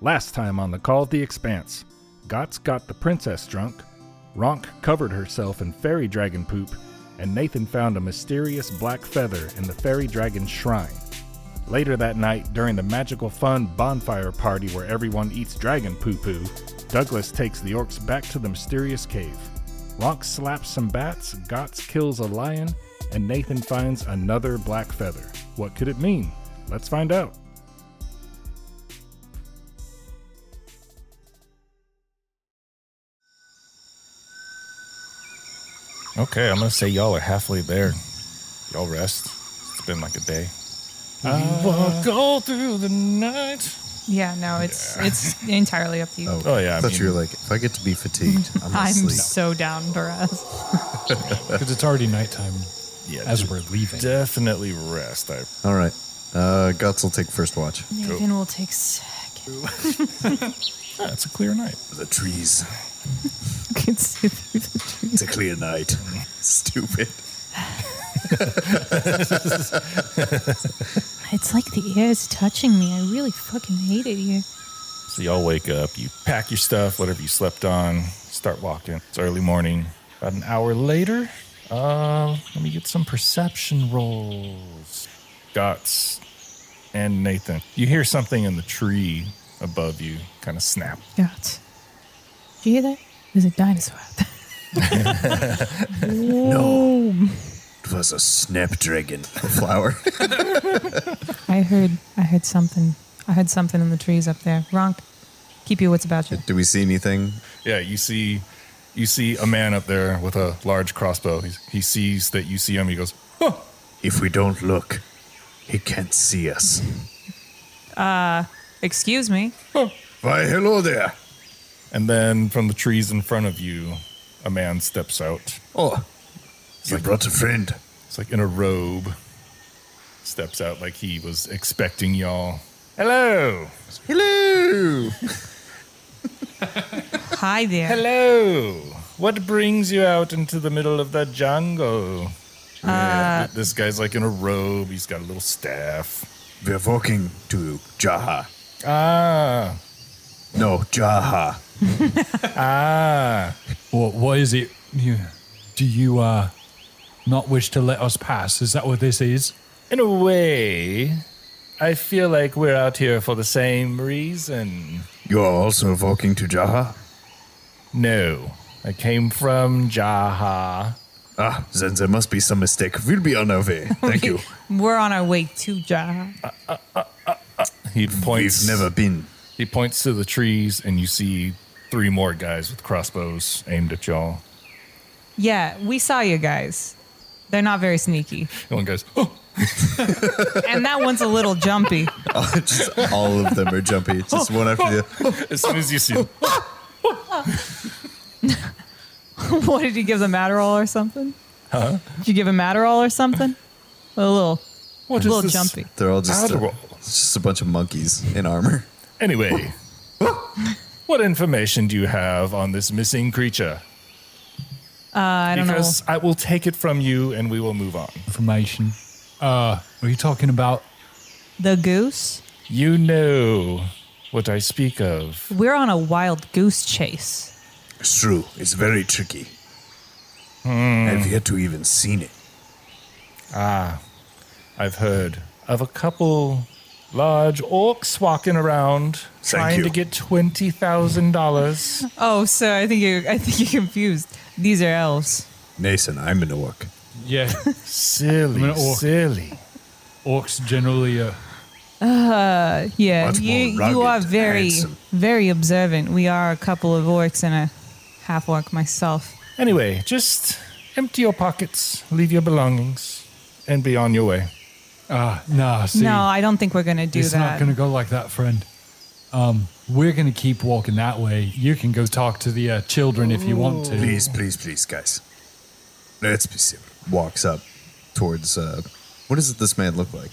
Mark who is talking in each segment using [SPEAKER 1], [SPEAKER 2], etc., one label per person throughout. [SPEAKER 1] Last time on the Call of the Expanse, Gotts got the princess drunk, Ronk covered herself in fairy dragon poop, and Nathan found a mysterious black feather in the fairy dragon's shrine. Later that night, during the magical fun bonfire party where everyone eats dragon poo poo, Douglas takes the orcs back to the mysterious cave. Ronk slaps some bats, Gotts kills a lion, and Nathan finds another black feather. What could it mean? Let's find out.
[SPEAKER 2] Okay, I'm gonna say y'all are halfway there. Y'all rest. It's been like a day. walk all through the night.
[SPEAKER 3] Yeah, no, it's it's entirely up to you.
[SPEAKER 2] Oh, yeah, I
[SPEAKER 4] I thought you
[SPEAKER 2] mean-
[SPEAKER 4] were like, if I get to be fatigued, I'm gonna
[SPEAKER 3] I'm
[SPEAKER 4] sleep.
[SPEAKER 3] so down for us.
[SPEAKER 5] Because it's already nighttime
[SPEAKER 2] Yeah,
[SPEAKER 5] as
[SPEAKER 2] d-
[SPEAKER 5] we're leaving.
[SPEAKER 2] definitely rest. I
[SPEAKER 4] All right, uh, Guts will take first watch.
[SPEAKER 3] Nathan will take second.
[SPEAKER 2] yeah, it's a clear night.
[SPEAKER 4] The trees.
[SPEAKER 3] Can see through the trees.
[SPEAKER 4] It's a clear night. Stupid.
[SPEAKER 3] It's like the air is touching me. I really fucking hate it here.
[SPEAKER 2] So y'all wake up, you pack your stuff, whatever you slept on, start walking. It's early morning. About an hour later, uh, let me get some perception rolls. Guts and Nathan, you hear something in the tree above you, kind of snap.
[SPEAKER 3] God. Do you hear that? There's a dinosaur out there.
[SPEAKER 4] No. It was a snapdragon flower.
[SPEAKER 3] I heard I heard something. I heard something in the trees up there. Ronk, keep your wits about you.
[SPEAKER 4] Do we see anything?
[SPEAKER 2] Yeah, you see, you see a man up there with a large crossbow. He's, he sees that you see him. He goes,
[SPEAKER 4] If we don't look, he can't see us.
[SPEAKER 3] Excuse me.
[SPEAKER 4] Why, hello there.
[SPEAKER 2] and then from the trees in front of you, a man steps out.
[SPEAKER 4] Oh, you brought a friend.
[SPEAKER 2] It's like in a robe. Steps out like he was expecting y'all. Hello,
[SPEAKER 4] Hello.
[SPEAKER 3] Hi there.
[SPEAKER 2] hello. What brings you out into the middle of the jungle? Yeah, th- this guy's like in a robe. He's got a little staff.
[SPEAKER 4] We're walking to Jaha.
[SPEAKER 2] Ah,
[SPEAKER 4] No, Jaha.
[SPEAKER 2] ah.
[SPEAKER 5] What, what is it? You, do you uh, not wish to let us pass? Is that what this is?
[SPEAKER 2] In a way, I feel like we're out here for the same reason.
[SPEAKER 4] You're also walking to Jaha?
[SPEAKER 2] No, I came from Jaha.
[SPEAKER 4] Ah, then there must be some mistake. We'll be on our way. Thank you.
[SPEAKER 3] We're on our way to Jaha.
[SPEAKER 2] He
[SPEAKER 4] We've
[SPEAKER 2] points.
[SPEAKER 4] never been.
[SPEAKER 2] He points to the trees, and you see three more guys with crossbows aimed at y'all.
[SPEAKER 3] Yeah, we saw you guys. They're not very sneaky.
[SPEAKER 2] And one goes, "Oh,
[SPEAKER 3] And that one's a little jumpy.
[SPEAKER 4] Oh, just all of them are jumpy. It's Just one after the other.
[SPEAKER 2] as soon as you see him."
[SPEAKER 3] what did you give them Adderall or something? Huh? Did you give him Adderall or something? A little,
[SPEAKER 2] What
[SPEAKER 3] a little
[SPEAKER 2] is this?
[SPEAKER 3] jumpy.
[SPEAKER 4] They're all just a,
[SPEAKER 2] Adderall.
[SPEAKER 4] it's just a bunch of monkeys in armor.
[SPEAKER 2] Anyway, what information do you have on this missing creature?
[SPEAKER 3] Uh, I don't
[SPEAKER 2] because I will take it from you, and we will move on.
[SPEAKER 5] Information. Uh, are you talking about?
[SPEAKER 3] know. The goose.
[SPEAKER 2] You know what I speak of.
[SPEAKER 3] We're on a wild goose chase.
[SPEAKER 4] It's true. It's very tricky.
[SPEAKER 2] Hmm.
[SPEAKER 4] Have yet to even seen it.
[SPEAKER 2] I've heard of a couple large orcs walking around trying
[SPEAKER 4] you.
[SPEAKER 2] to get twenty thousand dollars.
[SPEAKER 3] Oh, so I think you're. I think you're confused. These are elves.
[SPEAKER 4] Nathan, I'm an orc.
[SPEAKER 5] Yeah, I'm
[SPEAKER 2] Silly,
[SPEAKER 5] an orc.
[SPEAKER 2] silly.
[SPEAKER 5] orcs generally. Uh,
[SPEAKER 3] Uh, Yeah,
[SPEAKER 4] Much
[SPEAKER 3] you
[SPEAKER 4] more
[SPEAKER 3] you are
[SPEAKER 4] rugged,
[SPEAKER 3] very
[SPEAKER 4] handsome.
[SPEAKER 3] very observant. We are a couple of orcs and a half orc myself.
[SPEAKER 2] Anyway, just empty your pockets, leave your belongings, and be on your way.
[SPEAKER 5] ah, nah. See,
[SPEAKER 3] no, I don't think we're gonna do
[SPEAKER 5] it's
[SPEAKER 3] that.
[SPEAKER 5] not going to go like that, friend. Um, we're going to keep walking that way. You can go talk to the uh, children if you want to.
[SPEAKER 4] Please,
[SPEAKER 2] Hmm.
[SPEAKER 4] please, please, guys. Let's be civil. Walks up towards. Uh, what does this man look like?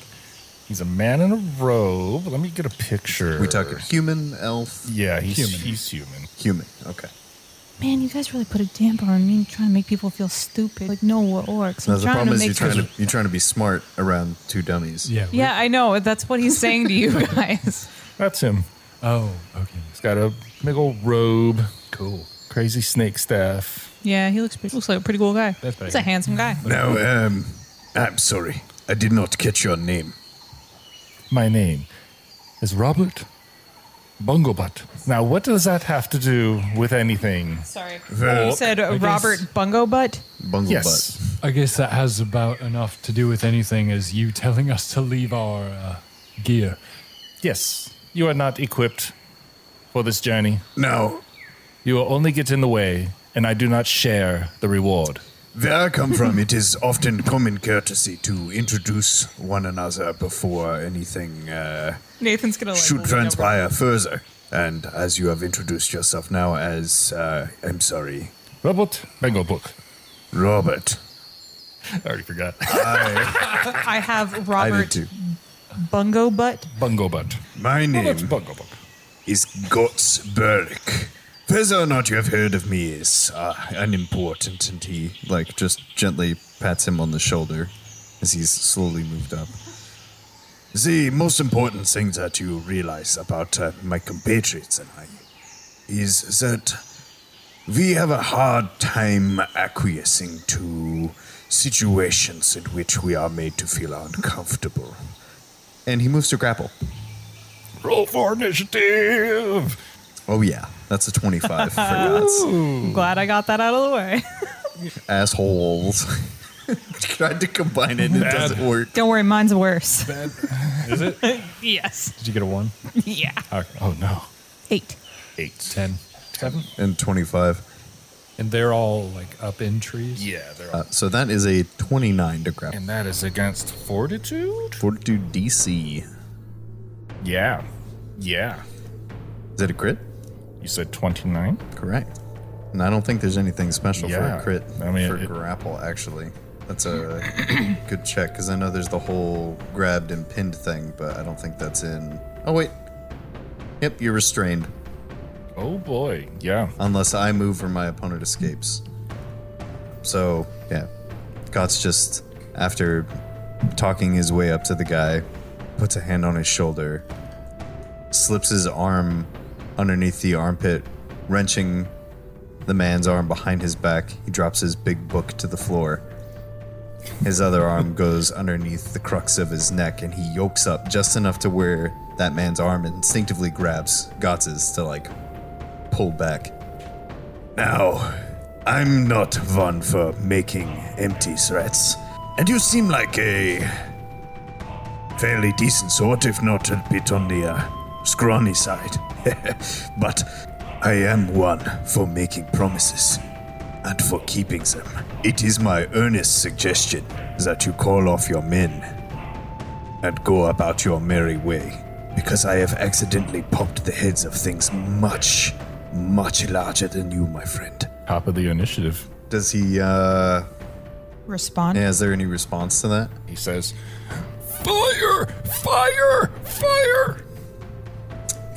[SPEAKER 2] He's a man in a robe. Let me get a picture.
[SPEAKER 4] We talking human, elf,
[SPEAKER 2] Yeah, he's
[SPEAKER 5] Human.
[SPEAKER 2] human. He's human.
[SPEAKER 4] human. Okay.
[SPEAKER 3] Man, you guys really put a damper on me trying to make people feel stupid. Like, no, we're orcs.
[SPEAKER 4] Now
[SPEAKER 3] I'm
[SPEAKER 4] the
[SPEAKER 3] trying
[SPEAKER 4] problem
[SPEAKER 3] to
[SPEAKER 4] is
[SPEAKER 3] make
[SPEAKER 4] you're trying to you're trying to be smart around two dummies.
[SPEAKER 5] Yeah. we-
[SPEAKER 3] Yeah, I know. That's what he's saying to you guys.
[SPEAKER 2] That's him.
[SPEAKER 5] Oh, okay.
[SPEAKER 2] He's got a big old robe,
[SPEAKER 5] Cool.
[SPEAKER 2] crazy snake staff.
[SPEAKER 3] Yeah, he looks pretty, looks like a pretty cool guy.
[SPEAKER 5] That's
[SPEAKER 3] He's a
[SPEAKER 5] bad.
[SPEAKER 3] handsome guy.
[SPEAKER 4] Now, um, I'm sorry. I did not catch your name.
[SPEAKER 2] My name is Robert Bungobutt. Now, what does that have to do with anything?
[SPEAKER 3] Sorry.
[SPEAKER 4] Well,
[SPEAKER 3] you said
[SPEAKER 5] I
[SPEAKER 3] uh,
[SPEAKER 5] guess-
[SPEAKER 3] Robert Bungo Butt.
[SPEAKER 4] Bungle
[SPEAKER 2] yes.
[SPEAKER 5] I guess that has about enough to do with anything as you telling us to leave our uh, gear.
[SPEAKER 2] Yes. You are not equipped for this journey.
[SPEAKER 4] butt. Now,
[SPEAKER 2] You will only get in the way, and I do not share the reward.
[SPEAKER 4] where I come from, it is often common courtesy to introduce one another before anything uh,
[SPEAKER 3] Nathan's gonna like.
[SPEAKER 4] should
[SPEAKER 3] lean over.
[SPEAKER 4] transpire further. And as you have introduced yourself now as, uh, I'm sorry,
[SPEAKER 2] Robert Bungobutt.
[SPEAKER 4] Robert.
[SPEAKER 2] I already forgot.
[SPEAKER 3] I have
[SPEAKER 4] I did
[SPEAKER 3] Robert
[SPEAKER 4] too.
[SPEAKER 3] Bungo Butt.
[SPEAKER 2] Bungobutt.
[SPEAKER 4] My name
[SPEAKER 2] Robert Bungobutt.
[SPEAKER 4] is Gottsberg. Whether or not you have heard of me is uh, unimportant. And he, like, just gently pats him on the shoulder as he's slowly moved up. The most important thing that you realize about uh, my compatriots and I is that we have a hard time acquiescing to situations in which we are made to feel uncomfortable. And he moves to grapple.
[SPEAKER 2] Roll for initiative.
[SPEAKER 4] Oh yeah, that's a 25 for God's
[SPEAKER 3] I'm glad I got that out of the way.
[SPEAKER 4] assholes. Tried to combine it, it doesn't work.
[SPEAKER 3] Don't worry, mine's worse.
[SPEAKER 5] Is it?
[SPEAKER 3] yes.
[SPEAKER 5] Did you get a one?
[SPEAKER 3] Yeah.
[SPEAKER 2] Oh, no.
[SPEAKER 3] Eight.
[SPEAKER 2] Eight.
[SPEAKER 5] Ten. Seven?
[SPEAKER 4] And 25.
[SPEAKER 5] And they're all like up in trees?
[SPEAKER 2] Yeah, they're
[SPEAKER 4] Uh, so that is a 29 to grapple.
[SPEAKER 2] And that is against fortitude?
[SPEAKER 4] Fortitude DC.
[SPEAKER 2] Yeah. Yeah.
[SPEAKER 4] Is that a crit?
[SPEAKER 2] You said 29?
[SPEAKER 4] Correct. And I don't think there's anything special for
[SPEAKER 2] Yeah,
[SPEAKER 4] a crit.
[SPEAKER 2] I mean,
[SPEAKER 4] for
[SPEAKER 2] it-
[SPEAKER 4] grapple, actually. That's a good check because I know there's the whole grabbed and pinned thing, but I don't think that's in. Oh, wait. Yep, you're restrained.
[SPEAKER 2] Oh, boy. Yeah.
[SPEAKER 4] unless I move or my opponent escapes. So, yeah. Gots just, after talking his way up to the guy, puts a hand on his shoulder, slips his arm underneath the armpit, wrenching the man's arm behind his back. He drops his big book to the floor. His other arm goes underneath the crux of his neck, and he yokes up just enough to where that man's arm instinctively grabs Gotz's to like pull back. Now, I'm not one for making empty threats, and you seem like a fairly decent sort, if not a bit on the uh, scrawny side. but I am one for making promises and for keeping them. It is my earnest suggestion that you call off your men and go about your merry way, because I have accidentally popped the heads of things much, much larger than you, my friend.
[SPEAKER 2] Top of the initiative.
[SPEAKER 4] Does he, uh,
[SPEAKER 3] Respond.
[SPEAKER 4] yeah, is there any response to that?
[SPEAKER 2] He says, Fire! Fire! Fire!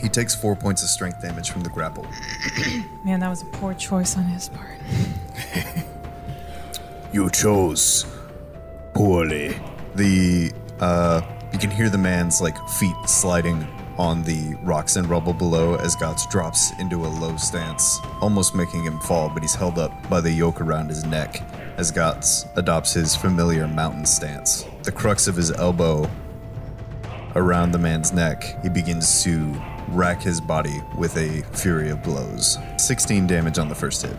[SPEAKER 4] He takes four points of strength damage from the grapple.
[SPEAKER 3] Man, that was a poor choice on his part.
[SPEAKER 4] You chose poorly. The, uh, you can hear the man's, like, feet sliding on the rocks and rubble below as Gots drops into a low stance, almost making him fall, but he's held up by the yoke around his neck as Gots adopts his familiar mountain stance. The crux of his elbow around the man's neck, he begins to rack his body with a fury of blows. 16 damage on the first hit.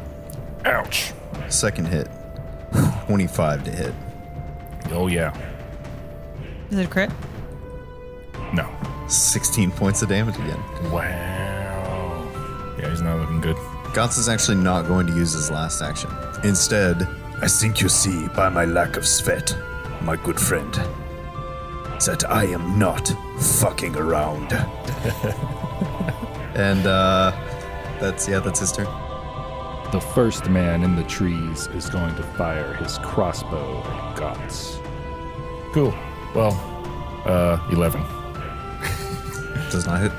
[SPEAKER 2] Ouch!
[SPEAKER 4] Second hit, 25 to hit.
[SPEAKER 2] Oh, yeah.
[SPEAKER 3] Is it a crit?
[SPEAKER 2] No.
[SPEAKER 4] 16 points of damage again.
[SPEAKER 2] Wow. Yeah, he's not looking good.
[SPEAKER 4] Gotz is actually not going to use his last action. Instead, I think you see by my lack of sweat, my good friend, that I am not fucking around. and uh that's yeah, that's his turn.
[SPEAKER 1] The first man in the trees is going to fire his crossbow at Gots.
[SPEAKER 2] Cool. Well, uh, 11.
[SPEAKER 4] Does not hit.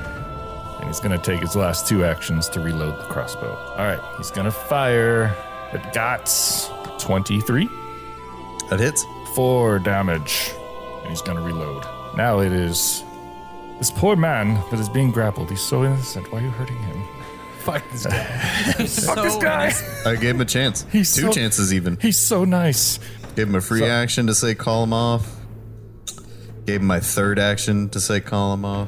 [SPEAKER 2] And he's gonna take his last two actions to reload the crossbow. Alright, he's gonna fire at Gots. 23.
[SPEAKER 4] That hits.
[SPEAKER 2] Four damage. And he's gonna reload. Now it is This poor man that is being grappled, he's so innocent. Why are you hurting him?
[SPEAKER 5] Fuck this guy.
[SPEAKER 2] Fuck this guy!
[SPEAKER 4] I gave him a chance.
[SPEAKER 2] He's
[SPEAKER 4] Two
[SPEAKER 2] so-
[SPEAKER 4] chances even.
[SPEAKER 2] He's so nice.
[SPEAKER 4] Gave him a free action to say call him off. Gave him my third action to say call him off.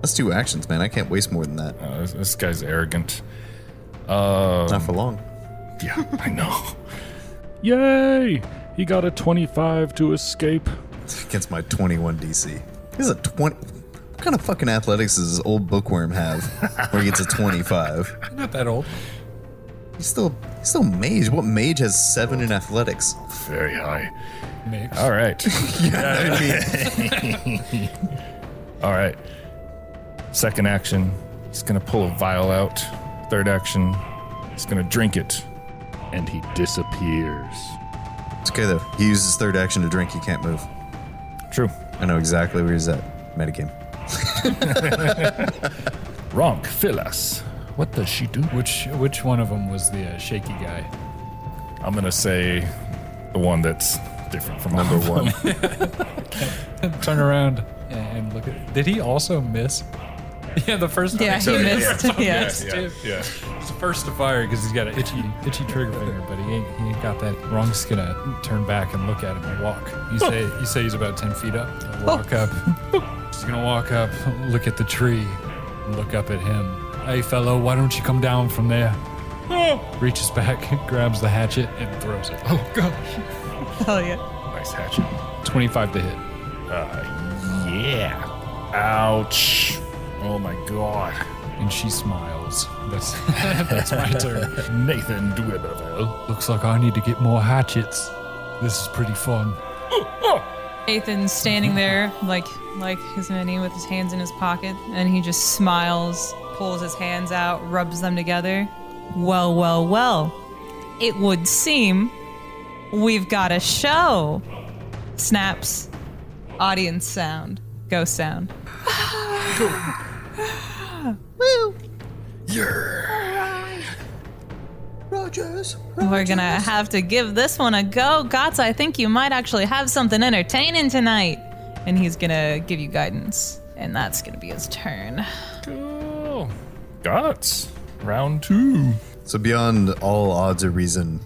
[SPEAKER 4] That's two actions, man. I can't waste more than that.
[SPEAKER 2] Uh, this, this guy's arrogant. Uh,
[SPEAKER 4] Not for long.
[SPEAKER 2] Yeah, I know.
[SPEAKER 1] Yay! He got a 25 to escape.
[SPEAKER 4] Against my 21 DC. He's a 20. What kind of fucking athletics does this old bookworm have where he gets a 25?
[SPEAKER 5] Not that old.
[SPEAKER 4] He's still, he's still mage. What mage has seven in athletics?
[SPEAKER 2] Very high.
[SPEAKER 5] Mix.
[SPEAKER 2] All right.
[SPEAKER 4] I mean,
[SPEAKER 2] All right. Second action, he's going to pull a vial out. Third action, he's going to drink it.
[SPEAKER 1] And he disappears.
[SPEAKER 4] it's okay though. He uses his third action to drink. He can't move.
[SPEAKER 2] True.
[SPEAKER 4] I know exactly where he's at. Metagame.
[SPEAKER 2] Ronk, Phyllis. What does she do?
[SPEAKER 5] Which which one of them was the uh, shaky guy?
[SPEAKER 2] I'm going to say the one that's different from number one.
[SPEAKER 5] Turn around and look at. Did he also miss? Yeah, the first one.
[SPEAKER 3] Yeah, he missed. Yeah.
[SPEAKER 2] yeah, yeah.
[SPEAKER 5] He's the first to fire because he's got an itchy, itchy trigger finger, but he ain't, he ain't got that. Wrong's gonna turn back and look at him and walk. You say, you say he's about ten feet up. He'll Walk up. He's gonna walk up, look at the tree, look up at him. Hey, fellow, why don't you come down from there? Reaches back, grabs the hatchet, and throws it. Oh gosh!
[SPEAKER 3] Hell yeah.
[SPEAKER 2] Nice hatchet.
[SPEAKER 5] Twenty-five to hit.
[SPEAKER 2] Yeah. Ouch. Oh my god.
[SPEAKER 5] And she smiles. That's that's my turn.
[SPEAKER 2] Nathan Dwibberville.
[SPEAKER 5] Looks like I need to get more hatchets. This is pretty fun.
[SPEAKER 3] Nathan's standing there, like like his mini, with his hands in his pocket, and he just smiles, pulls his hands out, rubs them together. Well, well, well. It would seem we've got a show. Snaps. Audience sound. Ghost sound. Woo!
[SPEAKER 4] Rogers.
[SPEAKER 3] We're gonna have to give this one a go. Gots, I think you might actually have something entertaining tonight. And he's gonna give you guidance. And that's gonna be his turn.
[SPEAKER 2] Cool. Guts. Round two.
[SPEAKER 4] So beyond all odds of reason,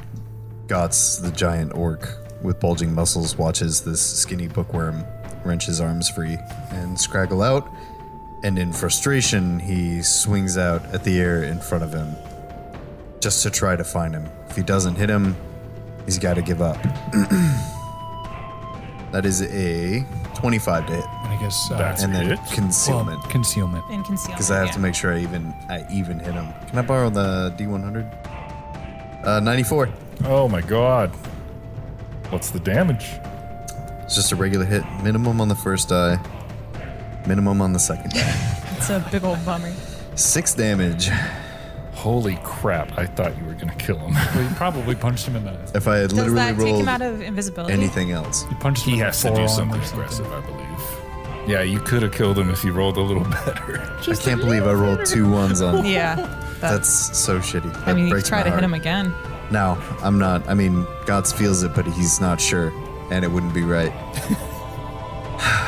[SPEAKER 4] Gots, the giant orc with bulging muscles, watches this skinny bookworm wrench his arms free and scraggle out. And in frustration, he swings out at the air in front of him just to try to find him. If he doesn't hit him, he's got to give up. that is a 25 to hit,
[SPEAKER 5] And I guess uh,
[SPEAKER 2] That's-
[SPEAKER 4] and then
[SPEAKER 2] Hit?
[SPEAKER 4] concealment.
[SPEAKER 5] Well, concealment.
[SPEAKER 3] And conceal.
[SPEAKER 4] Because I have to make sure I even I even hit him. Can I borrow the D100? Uh, 94.
[SPEAKER 2] Oh my god. What's the damage?
[SPEAKER 4] It's just a regular hit. Minimum on the first die. Minimum on the second die.
[SPEAKER 3] It's a big old bummer.
[SPEAKER 4] Six damage.
[SPEAKER 2] Holy crap. I thought you were going to kill him.
[SPEAKER 5] Well, you probably punched him in the.
[SPEAKER 4] If I had
[SPEAKER 3] Does
[SPEAKER 4] literally
[SPEAKER 3] that take him out
[SPEAKER 4] rolled
[SPEAKER 3] of invisibility?
[SPEAKER 4] anything else,
[SPEAKER 5] You punched him.
[SPEAKER 2] He
[SPEAKER 5] in
[SPEAKER 2] has
[SPEAKER 5] the
[SPEAKER 2] to do
[SPEAKER 5] forearm
[SPEAKER 2] something
[SPEAKER 5] or
[SPEAKER 2] aggressive, I believe. Yeah, you could have killed him if you rolled a little better.
[SPEAKER 4] I can't believe I rolled two ones on.
[SPEAKER 3] Yeah. That,
[SPEAKER 4] That's so shitty.
[SPEAKER 3] I mean,
[SPEAKER 4] That
[SPEAKER 3] you could
[SPEAKER 4] breaks
[SPEAKER 3] try
[SPEAKER 4] my
[SPEAKER 3] to hit
[SPEAKER 4] heart.
[SPEAKER 3] him again.
[SPEAKER 4] No, I'm not. I mean, Gots feels it, but he's not sure, and it wouldn't be right.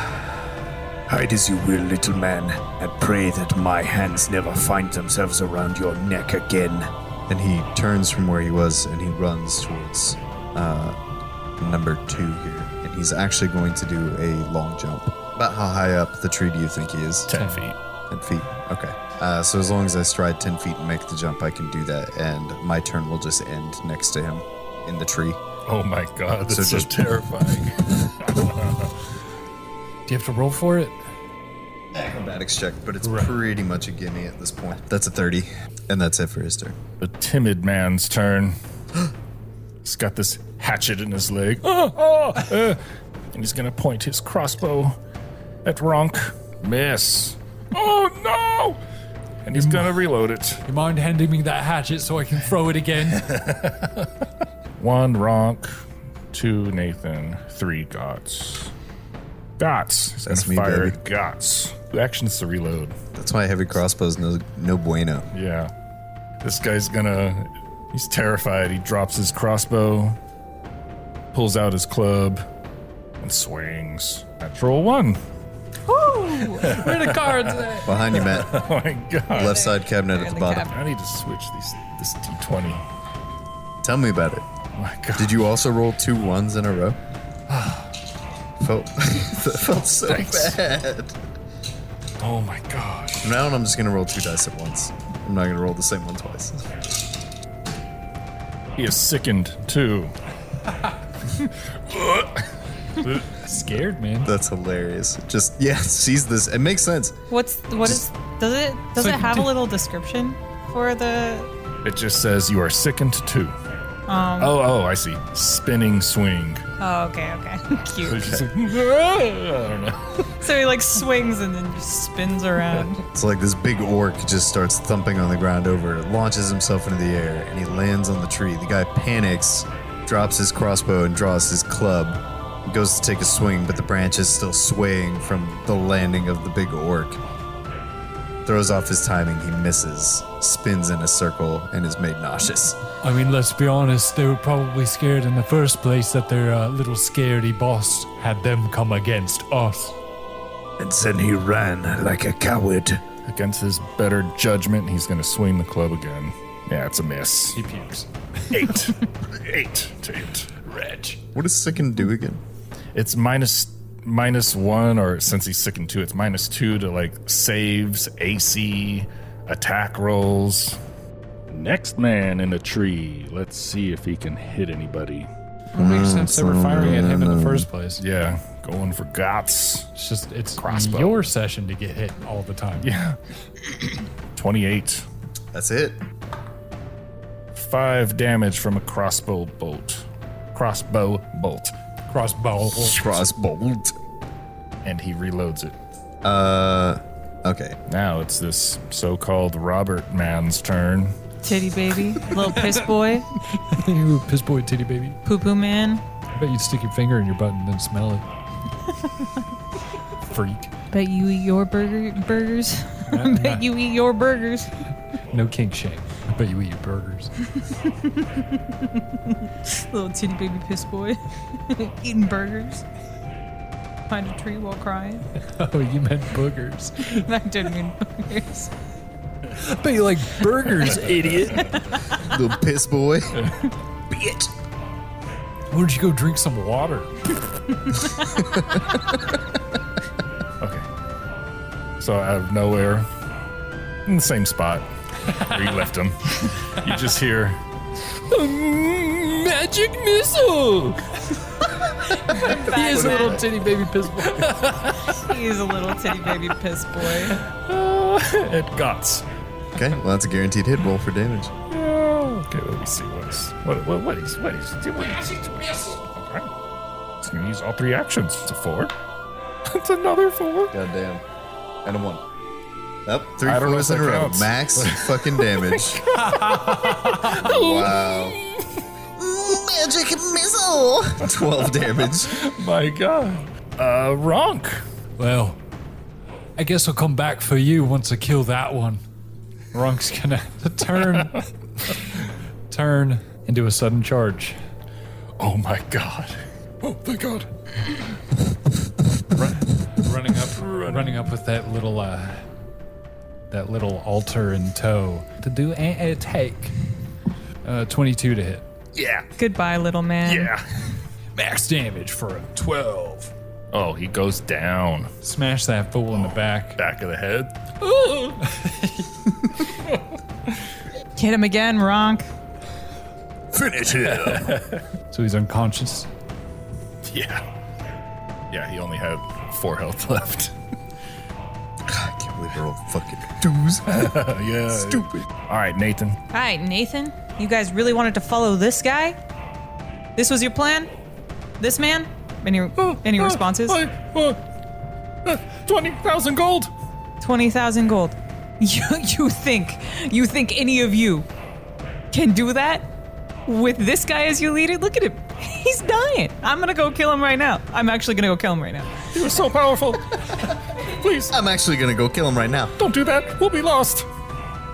[SPEAKER 6] Hide as you will, little man, and pray that my hands never find themselves around your neck again.
[SPEAKER 4] And he turns from where he was and he runs towards uh, number two here. And he's actually going to do a long jump. About how high up the tree do you think he is?
[SPEAKER 2] 10 feet.
[SPEAKER 4] 10 feet. Okay. Uh, so as long as I stride 10 feet and make the jump, I can do that. And my turn will just end next to him in the tree.
[SPEAKER 2] Oh my god. That's so,
[SPEAKER 4] So just-
[SPEAKER 2] terrifying.
[SPEAKER 5] something. Do you have to roll for it?
[SPEAKER 4] Acrobatics check, but it's pretty much a gimme at this point. That's a 30. And that's it for his turn.
[SPEAKER 2] the timid man's turn. he's got this hatchet in his leg. Oh, oh, uh, and he's going to point his crossbow at Ronk. Miss. Oh no! And
[SPEAKER 4] Mm.
[SPEAKER 2] he's going to reload it.
[SPEAKER 5] You mind handing me that hatchet so I can throw it again?
[SPEAKER 2] One Ronk, two Nathan, three Gots. Gots. He's
[SPEAKER 4] That's
[SPEAKER 2] gonna
[SPEAKER 4] me,
[SPEAKER 2] fire
[SPEAKER 4] baby.
[SPEAKER 2] Gots. Action's to reload.
[SPEAKER 4] That's why heavy crossbows no, no bueno.
[SPEAKER 2] Yeah. This guy's gonna. He's terrified. He drops his crossbow, pulls out his club, and swings. Natural one.
[SPEAKER 5] Where are the cards at?
[SPEAKER 4] Behind you, Matt.
[SPEAKER 2] Oh my god.
[SPEAKER 4] Left side cabinet at the bottom.
[SPEAKER 2] I need to switch these this D20.
[SPEAKER 4] Tell me about it.
[SPEAKER 2] My god.
[SPEAKER 4] Did you also roll two ones in a row? felt that felt so
[SPEAKER 2] Thanks.
[SPEAKER 4] bad.
[SPEAKER 2] Oh my gosh.
[SPEAKER 4] From now on, I'm just gonna roll two dice at once. I'm not gonna roll the same one twice.
[SPEAKER 2] He is sickened too.
[SPEAKER 5] Scared, man.
[SPEAKER 4] That's hilarious. Just yeah, sees this. It makes sense.
[SPEAKER 3] What's what is does it does
[SPEAKER 5] So
[SPEAKER 3] it have
[SPEAKER 5] do-
[SPEAKER 3] a little description for the
[SPEAKER 2] It just says you are sickened too. oh, oh, I see. Spinning swing.
[SPEAKER 3] Oh okay, okay.
[SPEAKER 2] So
[SPEAKER 3] Cute.
[SPEAKER 2] it's just like, I don't know.
[SPEAKER 3] So he like swings and then just spins around.
[SPEAKER 4] It's like this big orc just starts thumping on the ground over, launches himself into the air, and he lands on the tree. The guy panics, drops his crossbow, and draws his club. He goes to take a swing, but the branch is still swaying from the landing of the big orc. Throws off his timing, he misses, spins in a circle, and is made nauseous.
[SPEAKER 5] I mean, let's be honest, they were probably scared in the first place that their uh, little scaredy boss had them come against us.
[SPEAKER 6] And then he ran like a coward.
[SPEAKER 2] Against his better judgment, he's going to swing the club again. Yeah, it's a miss.
[SPEAKER 5] He pukes.
[SPEAKER 2] Eight. eight to eight. Reg.
[SPEAKER 4] What does Sicken do again?
[SPEAKER 2] It's minus minus one, or since he's sickened two, it's minus two to like saves, AC, attack rolls.
[SPEAKER 1] Next man in a tree. Let's see if he can hit anybody.
[SPEAKER 5] It makes sense they were firing at him in the first place.
[SPEAKER 2] Yeah, going for gots.
[SPEAKER 5] It's just, it's
[SPEAKER 2] Crossbow.
[SPEAKER 5] your session to get hit all the time.
[SPEAKER 2] Yeah. 28.
[SPEAKER 4] That's it.
[SPEAKER 2] Five damage from a crossbow bolt. Crossbow bolt.
[SPEAKER 5] Crossbow.
[SPEAKER 4] Crossbolt.
[SPEAKER 2] And he reloads it.
[SPEAKER 4] Uh, okay.
[SPEAKER 2] Now it's this so called Robert man's turn.
[SPEAKER 3] Titty baby. Little piss boy.
[SPEAKER 5] you piss boy titty baby.
[SPEAKER 3] Poo poo man.
[SPEAKER 5] I bet you'd stick your finger in your butt and then smell it. Freak.
[SPEAKER 3] Bet you eat your burger burgers. Bet you eat your burgers.
[SPEAKER 5] No kink shame. I bet you eat your burgers.
[SPEAKER 3] Little titty baby piss boy. Eating burgers. Find a tree while crying.
[SPEAKER 5] oh, you meant boogers.
[SPEAKER 3] I didn't mean burgers.
[SPEAKER 5] I bet you like burgers, idiot.
[SPEAKER 4] Little piss boy.
[SPEAKER 5] Why don't you go drink some water?
[SPEAKER 2] Okay. So out of nowhere, in the same spot where you left him, you just hear
[SPEAKER 5] Mm, Magic missile! He is a little titty baby piss boy.
[SPEAKER 3] He's a little titty baby piss boy.
[SPEAKER 2] it guts.
[SPEAKER 4] Okay, well, that's a guaranteed hit roll for damage.
[SPEAKER 2] Okay, let me see what's what what what is what is what is it? Okay. It's gonna use all three actions. It's a four. It's another four.
[SPEAKER 4] Goddamn. And a one. Up, three
[SPEAKER 2] I don't know
[SPEAKER 4] fours
[SPEAKER 2] if
[SPEAKER 4] in a
[SPEAKER 2] that
[SPEAKER 4] row.
[SPEAKER 2] counts. Oh
[SPEAKER 4] Max fucking damage. wow. Magic missile! 12 damage.
[SPEAKER 2] My God. Uh, Ronk.
[SPEAKER 5] Well, I guess I'll come back for you once I kill that one. Runk's gonna turn, turn into a sudden charge.
[SPEAKER 2] Oh my God. Oh my God.
[SPEAKER 5] Run, running up, running up with that little, uh, that little altar in tow to do an attack. Uh, Twenty-two to hit.
[SPEAKER 2] Yeah.
[SPEAKER 3] Goodbye, little man.
[SPEAKER 2] Yeah.
[SPEAKER 5] Max damage for a twelve.
[SPEAKER 2] Oh, he goes down.
[SPEAKER 5] Smash that fool in the back.
[SPEAKER 2] Back of the head.
[SPEAKER 3] Hit him again, Ronk.
[SPEAKER 4] Finish it.
[SPEAKER 5] So he's unconscious.
[SPEAKER 2] Yeah. Yeah. He only had four health left.
[SPEAKER 4] I can't believe they're all fucking dudes.
[SPEAKER 2] yeah.
[SPEAKER 4] Stupid.
[SPEAKER 2] All right, Nathan.
[SPEAKER 3] All right, Nathan, you guys really wanted to follow this guy? This was your plan? This man? Any, any responses?
[SPEAKER 5] Oh,
[SPEAKER 2] 20,000 gold.
[SPEAKER 3] 20,000 gold. You, you think, you think any of you can do that with this guy as your leader? Look at him. He's dying. I'm going to go kill him right now. I'm actually going to go kill him right now.
[SPEAKER 2] He was so powerful. Please
[SPEAKER 4] I'm actually gonna go kill him right now.
[SPEAKER 2] don't do that. We'll be lost.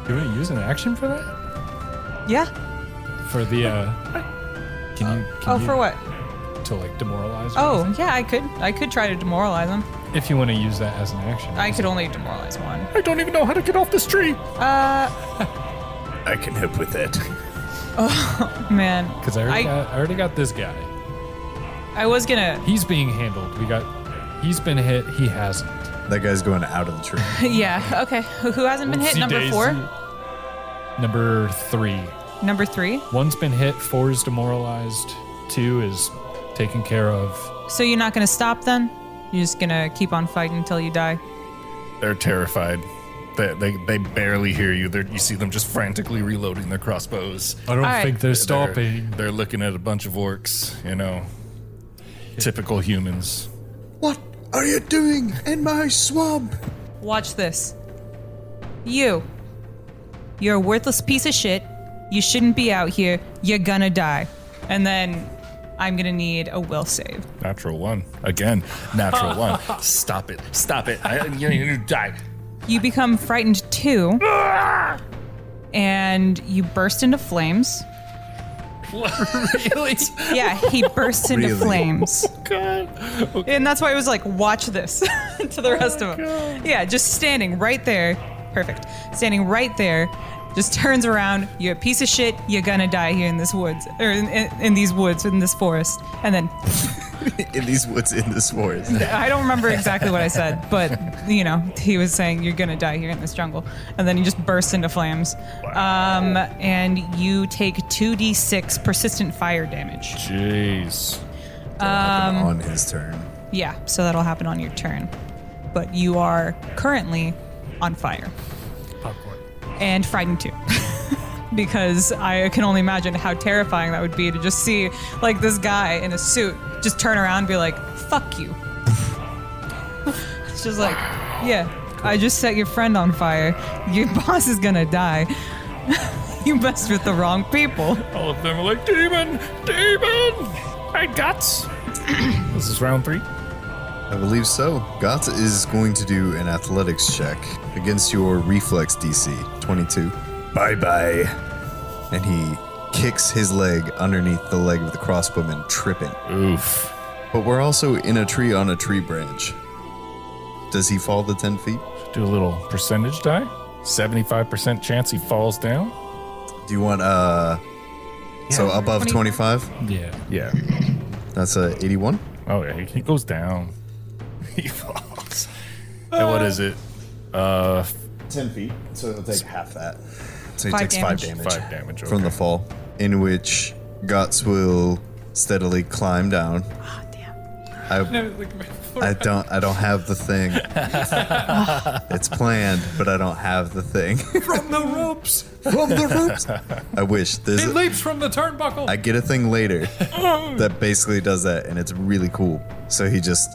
[SPEAKER 5] You want to use an action for that?
[SPEAKER 3] Yeah?
[SPEAKER 5] For the uh, can you? Can
[SPEAKER 3] Oh,
[SPEAKER 5] you,
[SPEAKER 3] for what?
[SPEAKER 5] To like demoralize. or
[SPEAKER 3] Oh, yeah, I could. I could try to demoralize him.
[SPEAKER 5] something? If you want to use that as an action.
[SPEAKER 3] I could only demoralize one.
[SPEAKER 1] I don't even know how to get off this tree.
[SPEAKER 6] I can help with that.
[SPEAKER 3] Man,
[SPEAKER 5] Because I, already
[SPEAKER 3] I-
[SPEAKER 5] got- I already got this guy.
[SPEAKER 3] I was gonna.
[SPEAKER 5] He's being handled. We got. He's been hit. He hasn't.
[SPEAKER 4] That guy's going out of the tree.
[SPEAKER 3] Yeah. Okay. Who who hasn't been hit?
[SPEAKER 5] Oopsie
[SPEAKER 3] Number four.
[SPEAKER 5] daisy. Number three.
[SPEAKER 3] Number three.
[SPEAKER 5] One's been hit. Four is demoralized. Two is taken care of.
[SPEAKER 3] So you're not gonna stop then? You're just gonna keep on fighting until you die.
[SPEAKER 2] They're terrified. They, they, they barely hear you. They're, you see them just frantically reloading their crossbows.
[SPEAKER 5] I don't
[SPEAKER 3] right.
[SPEAKER 5] think they're stopping.
[SPEAKER 2] They're, they're looking at a bunch of orcs, you know, typical humans.
[SPEAKER 4] What are you doing in my swamp?
[SPEAKER 3] Watch this. You. You're a worthless piece of shit. You shouldn't be out here. You're gonna die. And then I'm gonna need a will save.
[SPEAKER 2] Natural one. Again, natural one. Stop it. Stop it. I, you, you die.
[SPEAKER 3] You become frightened too. And you burst into flames.
[SPEAKER 2] really?
[SPEAKER 3] Yeah, he bursts into
[SPEAKER 4] Really?
[SPEAKER 3] flames. And that's why I was like, watch this to the rest of them. Yeah, just standing right there. Perfect. Standing right there, just turns around. You're a piece of shit. You're gonna die here in this woods, or in, in, in these woods, in this forest. And then
[SPEAKER 4] in these woods, in this forest.
[SPEAKER 3] I don't remember exactly what I said, but you know, he was saying you're gonna die here in this jungle, and then he just bursts into flames. Um, and you take 2d6 persistent fire damage.
[SPEAKER 2] Jeez.
[SPEAKER 4] on his turn.
[SPEAKER 3] Yeah, so that'll happen on your turn. But you are currently on fire
[SPEAKER 5] Popcorn.
[SPEAKER 3] and frightened too. because I can only imagine how terrifying that would be to just see like this guy in a suit just turn around and be like, fuck you. it's just like, yeah, I just set your friend on fire. Your boss is gonna die. you messed with the wrong people.
[SPEAKER 2] All of them are like, Demon! Demon! I guts! this is round three.
[SPEAKER 4] I believe so. Gotz is going to do an athletics check against your reflex DC 22.
[SPEAKER 6] Bye bye.
[SPEAKER 4] And he kicks his leg underneath the leg of the crossbowman, tripping.
[SPEAKER 2] Oof.
[SPEAKER 4] But we're also in a tree on a tree branch. Does he fall the 10 feet?
[SPEAKER 2] Do a little percentage die. 75% chance he falls down.
[SPEAKER 4] Do you want, uh. so above
[SPEAKER 3] 25?
[SPEAKER 4] 25?
[SPEAKER 5] Yeah.
[SPEAKER 2] Yeah.
[SPEAKER 4] That's a 81?
[SPEAKER 2] Oh yeah, he, he goes down. he falls. and what is it? Uh,
[SPEAKER 4] 10 feet. So he'll take half that. So he
[SPEAKER 3] Five
[SPEAKER 4] takes
[SPEAKER 3] damage.
[SPEAKER 4] five damage.
[SPEAKER 2] five damage.
[SPEAKER 4] from the
[SPEAKER 2] okay.
[SPEAKER 4] fall, in which Guts will steadily climb down. I, I don't I don't have the thing. it's planned, but I don't have the thing.
[SPEAKER 5] From the ropes.
[SPEAKER 4] From the roots. I wish there's
[SPEAKER 5] It
[SPEAKER 4] a,
[SPEAKER 5] leaps from the turnbuckle.
[SPEAKER 4] I get a thing later that basically does that, and it's really cool. So he just